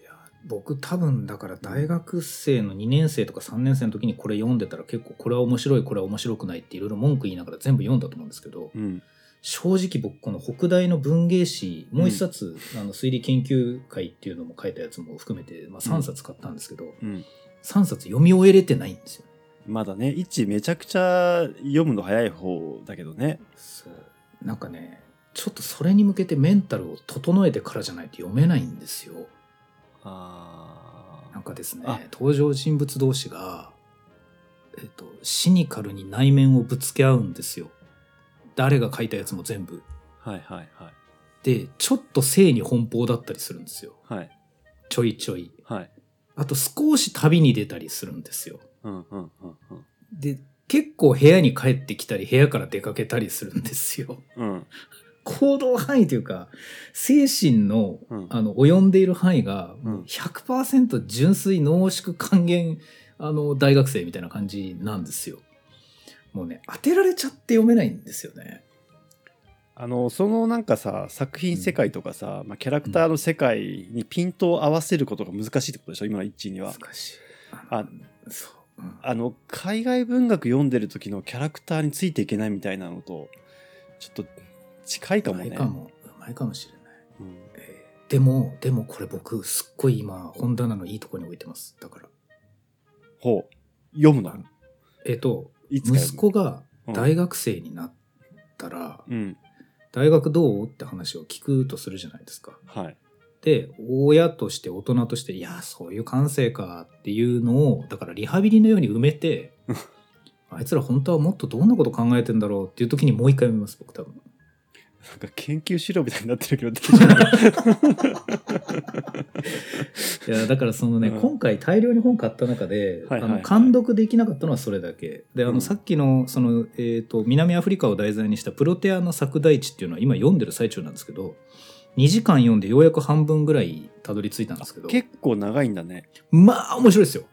Speaker 2: いや僕多分だから大学生の2年生とか3年生の時にこれ読んでたら結構これは面白いこれは面白くないっていろいろ文句言いながら全部読んだと思うんですけど
Speaker 1: うん。
Speaker 2: 正直僕この北大の文芸誌もう一冊、あの推理研究会っていうのも書いたやつも含めて、まあ、3冊買ったんですけど、
Speaker 1: うん。
Speaker 2: 3冊読み終えれてないんですよ。
Speaker 1: まだね、一めちゃくちゃ読むの早い方だけどね。
Speaker 2: そうなんかねちょっとそれに向けてメンタルを整えてからじゃないと読めないんですよ。
Speaker 1: あ
Speaker 2: なんかですね
Speaker 1: あ
Speaker 2: 登場人物同士が、えっとシニカルに内面をぶつけ合うんですよ誰が書いたやつも全部
Speaker 1: あ。はいはいはい。
Speaker 2: でちょっと性に奔放だったりするんですよ
Speaker 1: はい。
Speaker 2: ちょいちょい
Speaker 1: はい。
Speaker 2: あと少し旅に出たりするんですよ
Speaker 1: うんうんうんうん。
Speaker 2: で結構部屋に帰ってきたり部屋から出かけたりするんですよ
Speaker 1: うん
Speaker 2: 行動範囲というか精神の
Speaker 1: うん。
Speaker 2: あの及んでいる範囲が
Speaker 1: うん
Speaker 2: もう100%純粋濃縮還元あの大学生みたいな感じなんですよ。もうね当てられちゃって読めないんですよね。
Speaker 1: あの、そのなんかさ、作品世界とかさ、まあ、キャラクターの世界にピントを合わせることが難しいってことでしょ今の一には
Speaker 2: 難。しい。
Speaker 1: あ
Speaker 2: そう、うん
Speaker 1: あの、海外文学読んでる時のキャラクターについていけないみたいなのと、ちょっと近いか
Speaker 2: う
Speaker 1: も
Speaker 2: まい
Speaker 1: ね。
Speaker 2: かもうまいかもしれない。
Speaker 1: うん
Speaker 2: えーでもでもこれ僕すっごい今本棚のいいとこに置いてます。だから
Speaker 1: ほう。読むの
Speaker 2: えっ、と
Speaker 1: いつか
Speaker 2: 息子
Speaker 1: 読
Speaker 2: が
Speaker 1: む
Speaker 2: 大学生になったら、
Speaker 1: うん。うん。
Speaker 2: 大学どうって話を聞くとするじゃないですか。
Speaker 1: はい。
Speaker 2: で親として大人としていやそういう感性かっていうのをだからリハビリのように埋めてあいつら本当はもっとどんなこと考えてんだろうっていう時にもう一回見ます僕多分
Speaker 1: なんか研究資料みたいになってるけど、大丈夫
Speaker 2: いやだからそのね、
Speaker 1: うん
Speaker 2: 今回大量に本買った中で、
Speaker 1: はいはいはい
Speaker 2: あの監読できなかったのはそれだけであの、
Speaker 1: うん
Speaker 2: さっきのその、えー、と南アフリカを題材にした「プロテアの作大地」っていうのは今読んでる最中なんですけど2時間読んでようやく半分ぐらいたどり着いたんですけ ど
Speaker 1: 結構長いんだね。
Speaker 2: まあ面白いですよ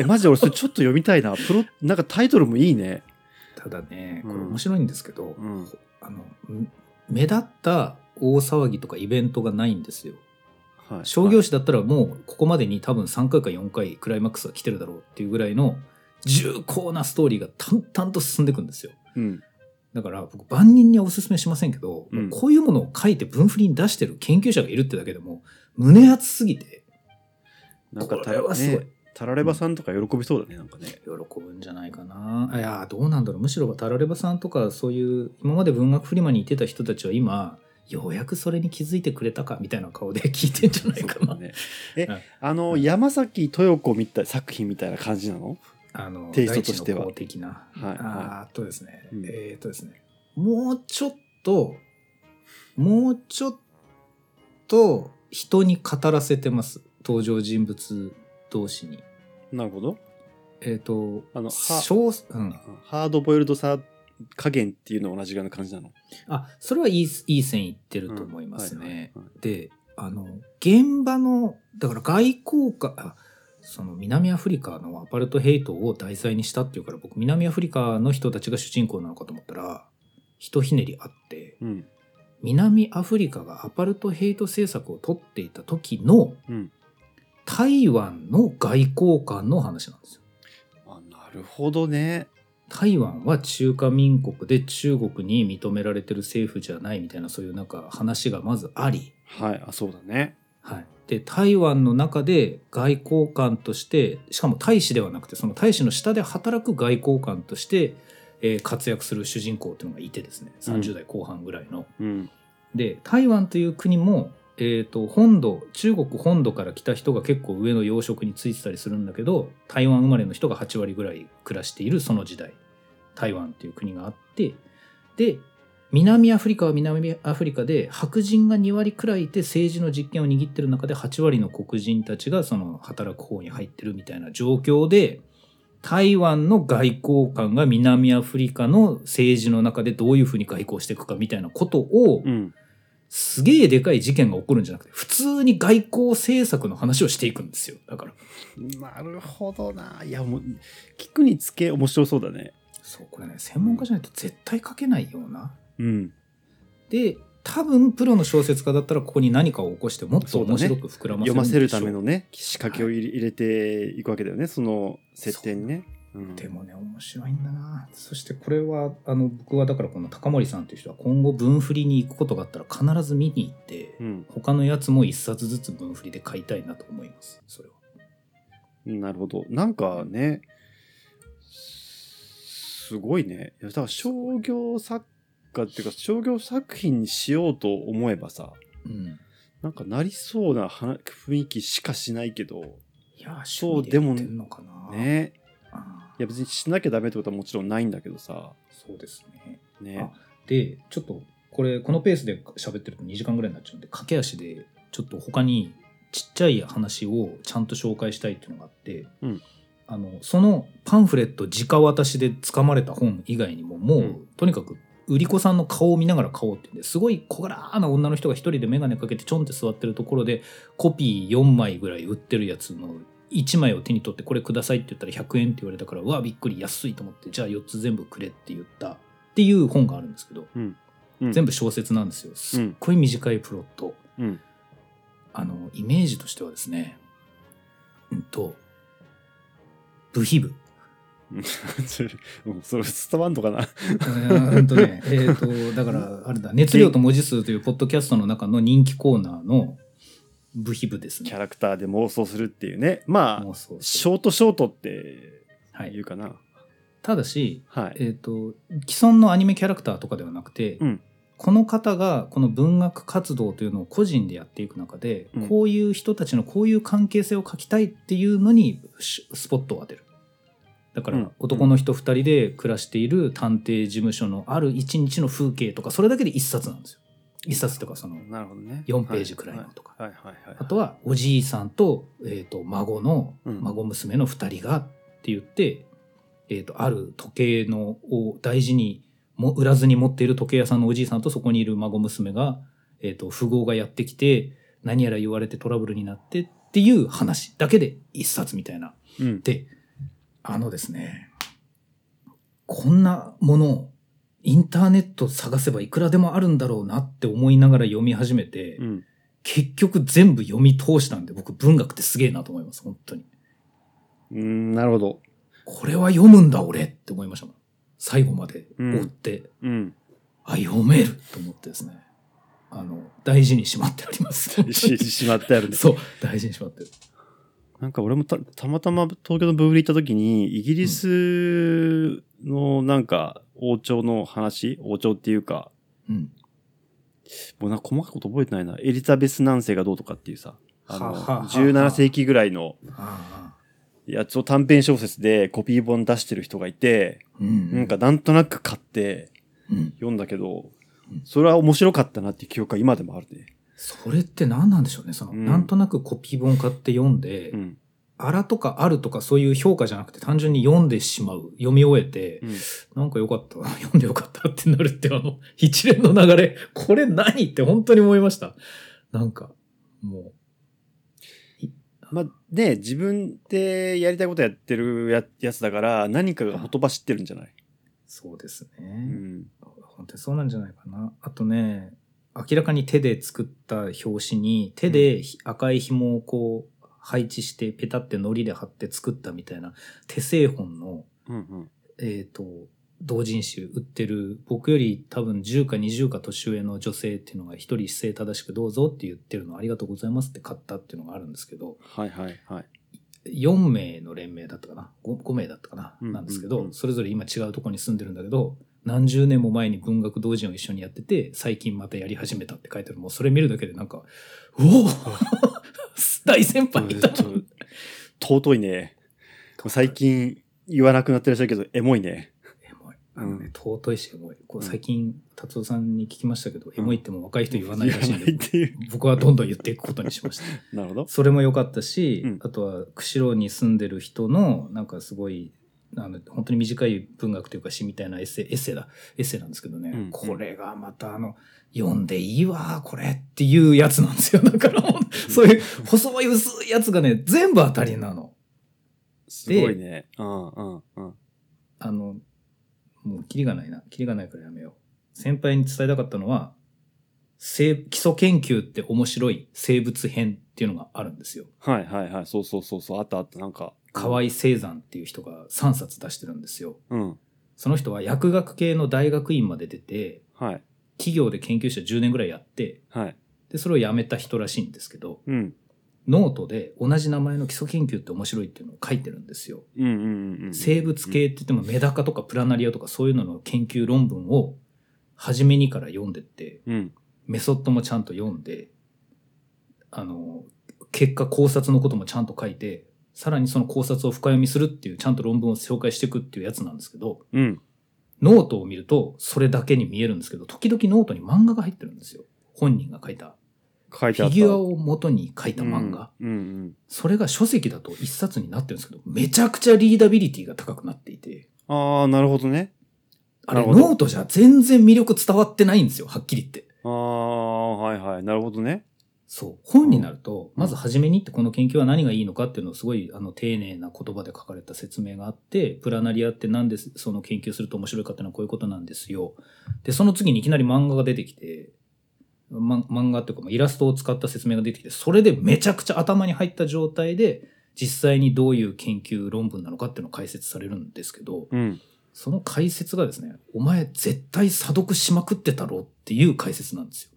Speaker 1: え、マジで俺それちょっと読みたいな。プロ、なんかタイトルもいいね。
Speaker 2: ただね
Speaker 1: う
Speaker 2: こ
Speaker 1: ん
Speaker 2: れ面白いんですけど、
Speaker 1: うん
Speaker 2: あのん目立った大騒ぎとかイベントがないんですよ
Speaker 1: はい。
Speaker 2: 商業誌だったらもうここまでに多分3回か4回クライマックスが来てるだろうっていうぐらいの重厚なストーリーが淡々と進んでいくんですよ
Speaker 1: うん。
Speaker 2: だから僕万人にはおすすめしませんけど、
Speaker 1: うん
Speaker 2: もうこういうものを書いて文振りに出してる研究者がいるってだけでも胸熱すぎて
Speaker 1: なんか
Speaker 2: こ
Speaker 1: た
Speaker 2: れはすごい、
Speaker 1: ねタラレバさんとか喜びそうだね、なんかね。
Speaker 2: 喜ぶんじゃないかな。あいやー、どうなんだろう。むしろタラレバさんとか、そういう、今まで文学フリマにいてた人たちは今、ようやくそれに気づいてくれたかみたいな顔で聞いてんじゃないか
Speaker 1: そうだ
Speaker 2: な。
Speaker 1: ね。え、
Speaker 2: うん
Speaker 1: あの、
Speaker 2: うん
Speaker 1: 山崎豊子みたい作品みたいな感じなの
Speaker 2: あの
Speaker 1: テイストとしては
Speaker 2: 第一の公的な。
Speaker 1: はいは
Speaker 2: あーっとですね、
Speaker 1: うん
Speaker 2: えーっとですね、もうちょっと、もうちょっと人に語らせてます。登場人物同士に。
Speaker 1: い。なるほど。
Speaker 2: えーっと、
Speaker 1: あのは
Speaker 2: 小うん、
Speaker 1: ハードボイルドさ加減っていうのは同じぐらいの感じなの。
Speaker 2: あ、それはいい、いい線いってると思いますね。
Speaker 1: うん。はいはいはい
Speaker 2: であの現場のだから外交官あその南アフリカのアパルトヘイトを題材にしたっていうから僕南アフリカの人たちが主人公なのかと思ったらひとひねりあって
Speaker 1: うん。
Speaker 2: 南アフリカがアパルトヘイト政策を取っていた時の
Speaker 1: うん。
Speaker 2: 台湾の外交官の話なんですよ。
Speaker 1: あ、なるほどね。
Speaker 2: 台湾は中華民国で中国に認められてる政府じゃないみたいなそういうなんか話がまずあり、
Speaker 1: はい。あ、そうだね。
Speaker 2: はい、で台湾の中で外交官としてしかも大使ではなくてその大使の下で働く外交官として、えー活躍する主人公というのがいてですね
Speaker 1: うん
Speaker 2: 30代後半ぐらいの。
Speaker 1: うん。
Speaker 2: で台湾という国も、えー、と本土中国本土から来た人が結構上の養殖についてたりするんだけど台湾生まれの人が8割ぐらい暮らしているその時代台湾という国があってで南アフリカは南アフリカで白人が2割くらいいて政治の実権を握ってる中で8割の黒人たちがその働く方に入ってるみたいな状況で台湾の外交官が南アフリカの政治の中でどういうふうに外交していくかみたいなことを、
Speaker 1: うん。
Speaker 2: すげえでかい事件が起こるんじゃなくて、普通に外交政策の話をしていくんですよ。だから。
Speaker 1: なるほどな。いや、もう、聞くにつけ面白そうだね。
Speaker 2: そう、これね、専門家じゃないと絶対書けないような。
Speaker 1: うん。
Speaker 2: で、多分プロの小説家だったらここに何かを起こしてもっと
Speaker 1: そうだね
Speaker 2: 面白く膨らませ
Speaker 1: 読
Speaker 2: るん
Speaker 1: ま
Speaker 2: でしょう
Speaker 1: せるためのね、仕掛けを入れ入れていくわけだよね。その設定にね。うん
Speaker 2: でもね面白いんだなそしてこれはあの僕はだからこの高森さんという人は今後文振りに行くことがあったら必ず見に行って、
Speaker 1: うん。
Speaker 2: 他のやつも一冊ずつ文振りで買いたいなと思いますそれは
Speaker 1: なるほど。なんかね、すごいね。いやだから商業作家っていうか、商業作品にしようと思えばさ、
Speaker 2: うん
Speaker 1: なんかなりそうなは雰囲気しかしないけど、
Speaker 2: いや
Speaker 1: そう
Speaker 2: 趣味でやってんのかな
Speaker 1: ね。
Speaker 2: あ
Speaker 1: いや別にしなきゃダメってことはもちろんないんだけどさ、
Speaker 2: ーそうですね
Speaker 1: ね。
Speaker 2: でちょっとこれこのペースで喋ってると2時間ぐらいになっちゃうんで駆け足でちょっと他にちっちゃい話をちゃんと紹介したいっていうのがあって、
Speaker 1: うん
Speaker 2: あのそのパンフレット直渡しで掴まれた本以外にももう、
Speaker 1: うん
Speaker 2: とにかく売り子さんの顔を見ながら買おうっていうんですごい小柄な女の人が一人で眼鏡かけてちょんって座ってるところでコピー4枚ぐらい売ってるやつの1枚を手に取ってこれくださいって言ったら100円って言われたからうわびっくり安いと思ってじゃあ4つ全部くれって言ったっていう本があるんですけど、
Speaker 1: うん
Speaker 2: 全部小説なんですよすっごい短いプロット、
Speaker 1: うん
Speaker 2: あのイメージとしてはですねうんと部費部
Speaker 1: それうんそれ伝わんのかな
Speaker 2: うんとねえっとだからあれだ「熱量と文字数」というポッドキャストの中の人気コーナーの部費部です
Speaker 1: キャ
Speaker 2: ね
Speaker 1: ラクターで妄想するっていうね。まあ、
Speaker 2: 妄想
Speaker 1: ショートショートって
Speaker 2: はい
Speaker 1: 言うかな。
Speaker 2: ただし
Speaker 1: はい。
Speaker 2: えー、と既存のアニメキャラクターとかではなくて、
Speaker 1: うん
Speaker 2: この方がこの文学活動というのを個人でやっていく中で、
Speaker 1: うん
Speaker 2: こういう人たちのこういう関係性を書きたいっていうのにしスポットを当てるだか
Speaker 1: う
Speaker 2: ら
Speaker 1: ん
Speaker 2: 男の人2人で暮らしている探偵事務所のある一日の風景とかそれだけで1冊なんですよ1冊とかその
Speaker 1: なるほどね。
Speaker 2: 4ページくらいのとか、
Speaker 1: はいはいはい。
Speaker 2: あとはおじいさんと,、えー、と孫の
Speaker 1: うん
Speaker 2: 孫娘の2人がって言って、えー、とある時計のを大事にも売らずに持っている時計屋さんのおじいさんとそこにいる孫娘が、えー、と富豪がやってきて何やら言われてトラブルになってっていう話だけで一冊みたいな。
Speaker 1: うん。
Speaker 2: であのですねこんなものインターネット探せばいくらでもあるんだろうなって思いながら読み始めて。
Speaker 1: うん。
Speaker 2: 結局全部読み通したんで僕文学ってすげえなと思います本当に
Speaker 1: うん、なるほど。
Speaker 2: これは読むんだ俺って思いましたもん最後まで
Speaker 1: うん
Speaker 2: 追って、
Speaker 1: うん。
Speaker 2: あ読めると思ってですねあの大事にしまってあります本当に
Speaker 1: し、しまってあるね。
Speaker 2: そう大事にしまってる
Speaker 1: なんか俺もたたまたま東京のブーブリ行った時に、イギリスのなんか王朝の話、王朝っていうか、
Speaker 2: うん
Speaker 1: もうなんか細かいこと覚えてないな。エリザベス何世がどうとかっていうさ、あ
Speaker 2: は
Speaker 1: の
Speaker 2: あはあはあ
Speaker 1: 17世紀ぐらいの
Speaker 2: ああ
Speaker 1: やつを短編小説でコピー本出してる人がいて、
Speaker 2: うん
Speaker 1: なんかなんとなく買って
Speaker 2: うん
Speaker 1: 読んだけど
Speaker 2: うん、
Speaker 1: それは面白かったなっていう記憶が今でもあるね。
Speaker 2: それって何なんでしょうねその、
Speaker 1: うん
Speaker 2: なんとなくコピー本買って読んで、
Speaker 1: うん。
Speaker 2: あらとかあるとかそういう評価じゃなくて単純に読んでしまう読み終えて、
Speaker 1: うん
Speaker 2: なんかよかった な読んでよかったってなるってあの 一連の流れこれ何って本当に思いましたなんかも
Speaker 1: まあ、ね、自分でやりたいことやってるややつだから、何かがほとばしってるんじゃないう
Speaker 2: そうですね、
Speaker 1: うん。
Speaker 2: 本当にそうなんじゃないかなあとね明らかに手で作った表紙に手でひ赤い紐をこう配置してペタって糊で貼って作ったみたいな手製本の
Speaker 1: うんうん。
Speaker 2: えっ、と、同人誌売ってる、僕より多分10か20か年上の女性っていうのが一人姿勢正しくどうぞって言ってるのありがとうございますって買ったっていうのがあるんですけど、
Speaker 1: はいはいはい。
Speaker 2: 4名の連名だったかな 5, 名だったかな、
Speaker 1: うん
Speaker 2: なんですけ
Speaker 1: うんう
Speaker 2: ど、
Speaker 1: ん
Speaker 2: それぞれ今違うところに住んでるんだけど、何十年も前に文学同人を一緒にやってて、最近またやり始めたって書いてある。もうそれ見るだけでなんか、おお 大先輩いたもん
Speaker 1: えっと尊いね。最近言わなくなってらっしゃるけど、エモいね。
Speaker 2: エモい。あのね、
Speaker 1: うん
Speaker 2: 尊いしエモい。こう
Speaker 1: うん
Speaker 2: 最近、達夫さんに聞きましたけど、
Speaker 1: ん
Speaker 2: エモいってもう若い人言わな
Speaker 1: 言
Speaker 2: い
Speaker 1: わ
Speaker 2: らしい
Speaker 1: なんいっ
Speaker 2: で、
Speaker 1: ていう。
Speaker 2: 僕はどんどん言っていくことにしました。
Speaker 1: なるほど。
Speaker 2: それも良かったし、
Speaker 1: うん
Speaker 2: あとは、釧路に住んでる人の、なんかすごい、あの本当に短い文学というか詩みたいなエッセイ、エッセイだ、エッセイなんですけどね、
Speaker 1: うん
Speaker 2: これがまたあの、読んでいいわ、これっていうやつなんですよ。だから、そういう細い薄いやつがね、全部当たりなの。
Speaker 1: すごいね。うんうんうん。
Speaker 2: あの、もうキリがないな。キリがないからやめよう。先輩に伝えたかったのは、生基礎研究って面白い生物編っていうのがあるんですよ。
Speaker 1: はいはいはい。そうそうそうそう。あったあった。なんか。
Speaker 2: 河
Speaker 1: いい。
Speaker 2: 合生山っていう人が3冊出してるんですよ。
Speaker 1: うん。
Speaker 2: その人は薬学系の大学院まで出て、
Speaker 1: はい。
Speaker 2: 企業で研究者10年ぐらいやって、
Speaker 1: はい。
Speaker 2: で、それを辞めた人らしいんですけど、
Speaker 1: うん。
Speaker 2: ノートで同じ名前の基礎研究って面白いっていうのを書いてるんですよ。
Speaker 1: うんうんうんうん。
Speaker 2: 生物系って言ってもメダカとかプラナリアとかそういうのの研究論文を初めにから読んでって
Speaker 1: うん。
Speaker 2: メソッドもちゃんと読んであの結果考察のこともちゃんと書いてさらにその考察を深読みするっていうちゃんと論文を紹介していくっていうやつなんですけど
Speaker 1: うん。
Speaker 2: ノートを見るとそれだけに見えるんですけど時々ノートに漫画が入ってるんですよ本人が書いた
Speaker 1: 書いて
Speaker 2: フ
Speaker 1: あ
Speaker 2: ィ
Speaker 1: った。
Speaker 2: ギュアを元に書いた漫画、
Speaker 1: うんうん。
Speaker 2: それが書籍だと一冊になってるんですけどめちゃくちゃリーダビリティが高くなっていて
Speaker 1: ああ、なるほどね。
Speaker 2: あれ、
Speaker 1: なるほど
Speaker 2: ノートじゃ全然魅力伝わってないんですよ、はっきり言って。
Speaker 1: ああ、はいはい。なるほどね。
Speaker 2: そう。本になると、まず初めにってこの研究は何がいいのかっていうのをすごい、あの、丁寧な言葉で書かれた説明があって、プラナリアってなんでその研究すると面白いかっていうのはこういうことなんですよ。で、その次にいきなり漫画が出てきて、ま、漫画っていうか、まあイラストを使った説明が出てきて、それでめちゃくちゃ頭に入った状態で、実際にどういう研究論文なのかっていうのを解説されるんですけど、
Speaker 1: うん。
Speaker 2: その解説がですね、お前絶対査読しまくってたろっていう解説なんですよ。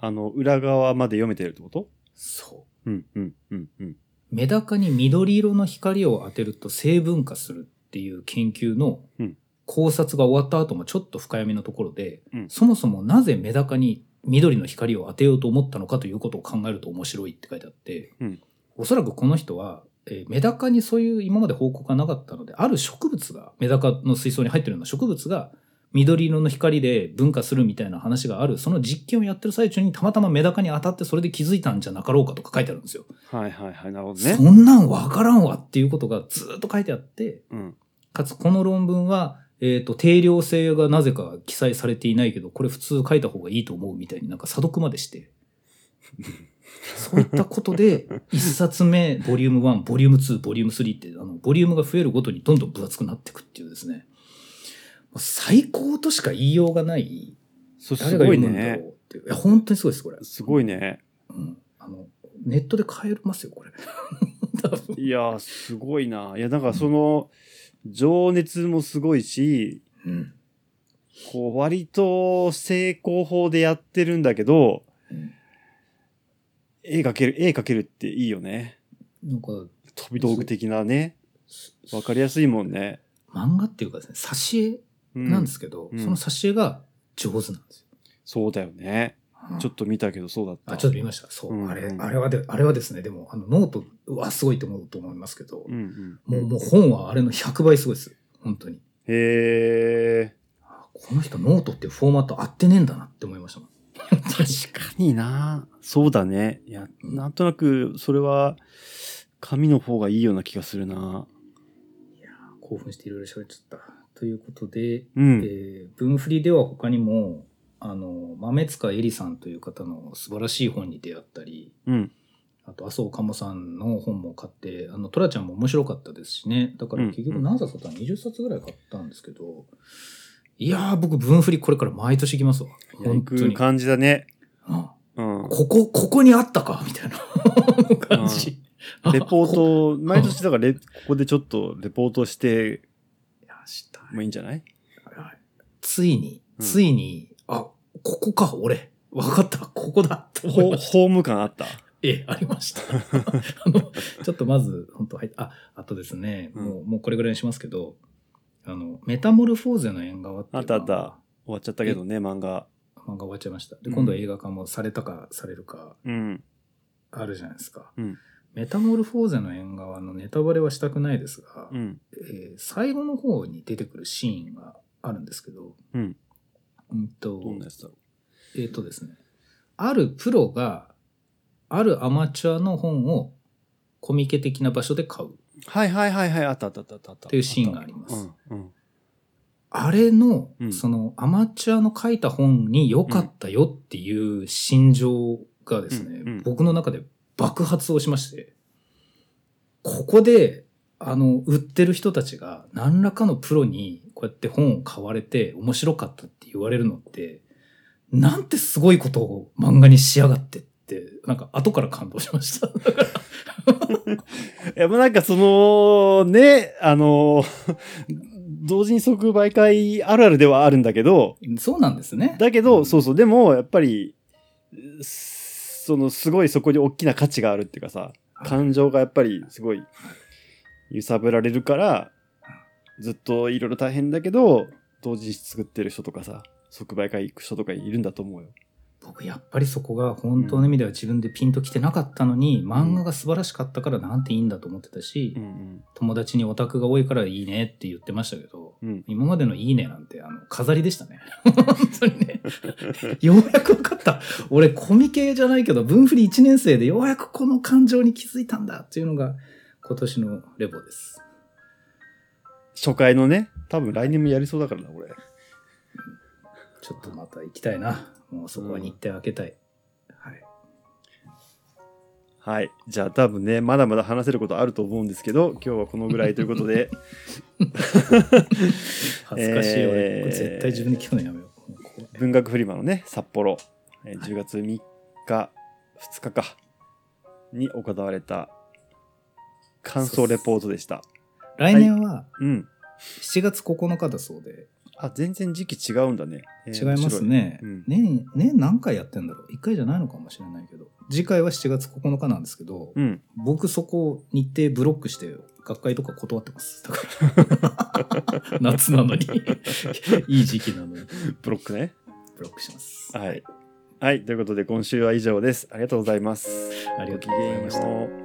Speaker 1: あの、裏側まで読めてるってこと
Speaker 2: そ
Speaker 1: うんうんうんうん。
Speaker 2: う。メダカに緑色の光を当てると成分化するっていう研究の
Speaker 1: うん
Speaker 2: 考察が終わった後もちょっと深読みのところで、
Speaker 1: うん
Speaker 2: そもそもなぜメダカに緑の光を当てようと思ったのかということを考えると面白いって書いてあって、
Speaker 1: うん
Speaker 2: おそらくこの人は、えーメダカにそういう今まで報告がなかったので、ある植物が、メダカの水槽に入ってるような植物が緑色の光で分化するみたいな話がある、その実験をやってる最中にたまたまメダカに当たってそれで気づいたんじゃなかろうかとか書いてあるんですよ。
Speaker 1: はいはいはい。なるほどね
Speaker 2: そ。んなんわからんわっていうことがずーっと書いてあって、
Speaker 1: うん。
Speaker 2: かつこの論文は、えっ、と、定量性がなぜか記載されていないけど、これ普通書いた方がいいと思うみたいになんか査読ま でして。そういったことで、一冊目、ボリューム1、ボリューム2、ボリューム3って、あの、ボリュームが増えるごとにどんどん分厚くなっていくっていうですね。もう最高としか言いようがない。
Speaker 1: そう、す
Speaker 2: 誰が
Speaker 1: ごい
Speaker 2: 読むんだ
Speaker 1: ね
Speaker 2: ろう。っていう。いや、本当にすごいです、これ。
Speaker 1: すごいね。
Speaker 2: うん。あの、ネットで買えますよ、これ。多分
Speaker 1: いやー、すごいな。いや、だからその、情熱もすごいし、
Speaker 2: うん。
Speaker 1: こう、割と成功法でやってるんだけど、
Speaker 2: うん
Speaker 1: 絵描ける、絵描けるっていいよね。
Speaker 2: なんか、
Speaker 1: 飛び道具的なね。わかりやすいもんね。
Speaker 2: 漫画っていうかですね、挿絵
Speaker 1: う
Speaker 2: なんですけど、
Speaker 1: うん
Speaker 2: その挿絵が上手なんですよ。
Speaker 1: そうだよね。
Speaker 2: う
Speaker 1: ちょっと見たけどそうだった。
Speaker 2: あちょっと見ました。そう、
Speaker 1: うん
Speaker 2: あれ、あれはで、あれはですね、でも、あの、ノートはすごいと思うと思いますけど、
Speaker 1: うんうん。
Speaker 2: もう、もう本はあれの100倍すごいです。本当に。
Speaker 1: へえ。
Speaker 2: あこの人、ノートってフォーマット合ってねえんだなって思いましたもん。確か
Speaker 1: 確かにな。そうだね。 いや、なんとなくそれは紙の方がいいような気がするな。
Speaker 2: 興奮していろいろ喋っちゃった。ということで、
Speaker 1: う
Speaker 2: え
Speaker 1: ん。
Speaker 2: ー、文振りでは他にも、あの、豆塚えりさんという方の素晴らしい本に出会ったり、
Speaker 1: うん。
Speaker 2: あと、麻生かもさんの本も買って、あの、トラちゃんも面白かったですしね。だから
Speaker 1: うん
Speaker 2: 結局何冊買ったの ?20 冊ぐらい買ったんですけど、いやー、僕、文振りこれから毎年行きますわ。
Speaker 1: いや行
Speaker 2: 本当
Speaker 1: く
Speaker 2: に。
Speaker 1: 感じだね。
Speaker 2: うん
Speaker 1: うん。
Speaker 2: ここ、ここにあったかみたいな感じ。
Speaker 1: レポー
Speaker 2: ト。
Speaker 1: トを、毎年だからレ、ここでちょっとレポートして
Speaker 2: いやしたい
Speaker 1: もいいんじゃない
Speaker 2: ついに、
Speaker 1: うん
Speaker 2: ついに、あ、ここか、俺。わかった、ここだ、と思い
Speaker 1: ほ
Speaker 2: ま
Speaker 1: ホ
Speaker 2: した。
Speaker 1: ーム感あった。
Speaker 2: ええ、ありました。 あの、ちょっとまず、本当入って、あ、あとですね、
Speaker 1: うん
Speaker 2: もう、もうこれぐらいにしますけど、あの、メタモルフォーゼの縁側っていうのは
Speaker 1: あったあった。終わっちゃったけどね、漫画。
Speaker 2: 漫画終わっちゃいました。で、
Speaker 1: うん
Speaker 2: 今度は映画化もされたか、されるか、
Speaker 1: うん。
Speaker 2: あるじゃないですか。
Speaker 1: うん
Speaker 2: メタモルフォーゼの縁側のネタバレはしたくないですが、
Speaker 1: うん。
Speaker 2: えー最後の方に出てくるシーンがあるんですけど、
Speaker 1: うん。
Speaker 2: うんと、
Speaker 1: どんなやつだろ
Speaker 2: えー、とですね、あるプロが、あるアマチュアの本をコミケ的な場所で買う。
Speaker 1: う。はいはいはいはい、あったあったあったあった。っ
Speaker 2: っていうシーンがあります
Speaker 1: うん。うん。
Speaker 2: あれの、
Speaker 1: うん
Speaker 2: そのアマチュアの書いた本に良かったよっていう心情がですね、
Speaker 1: うんうん
Speaker 2: 僕の中で爆発をしまして、ここで、あの、売ってる人たちが何らかのプロにこうやって本を買われて面白かったって言われるのって、なんてすごいことを漫画にしやがってって、なんか後から感動しました。
Speaker 1: いや、もうなんかその、ね、あの、 同時に即売会あるあるではあるんだけど、
Speaker 2: そうなんですね。
Speaker 1: だけど、
Speaker 2: うん
Speaker 1: そうそう、でも、やっぱり、その、すごいそこに大きな価値があるっていうかさ、感情がやっぱりすごい揺さぶられるから、ずっといろいろ大変だけど、同時に作ってる人とかさ、即売会行く人とかいるんだと思うよ。
Speaker 2: 僕やっぱりそこが本当の意味では自分でピンときてなかったのに、漫画が素晴らしかったからなんていいんだと思ってたし、
Speaker 1: ん
Speaker 2: 友達にオタクが多いからいいねって言ってましたけど
Speaker 1: うん。うん。
Speaker 2: 今までの「いいね」なんてあの飾り でしたね本当にねようやく分かった俺コミケじゃないけど文振り1年生でようやくこの感情に気づいたんだっていうのが今年のレボです
Speaker 1: 初回のね、多分来年もやりそうだからな、俺。
Speaker 2: ちょっとまた行きたいなもうそこは日程開けたい、はい
Speaker 1: はい。じゃあ多分ね、まだまだ話せることあると思うんですけど、今日はこのぐらいということで、
Speaker 2: 恥ずかしい、
Speaker 1: えー
Speaker 2: 俺これ絶対自分で聞くのやめようもうこう
Speaker 1: 文学フリマのね、札幌、えー10月3日、2日か、に行われた感想レポートでした。
Speaker 2: 来年は、
Speaker 1: うん。
Speaker 2: 7月9日だそうで、
Speaker 1: あ、全然時期違うんだね。えー
Speaker 2: 違います。ね、
Speaker 1: 面
Speaker 2: 年年何回やってんだろう1回じゃないのかもしれないけど次回は7月9日なんですけど、
Speaker 1: 面白いうん。
Speaker 2: 僕そこ日程ブロックして学会とか断ってま すだから 夏なのにいい時期なのに
Speaker 1: ブロックね。
Speaker 2: ブロックします
Speaker 1: はい。はい。ということで、今週は以上です。ありがとうございます。
Speaker 2: ありがとうございました
Speaker 1: ごきげんよう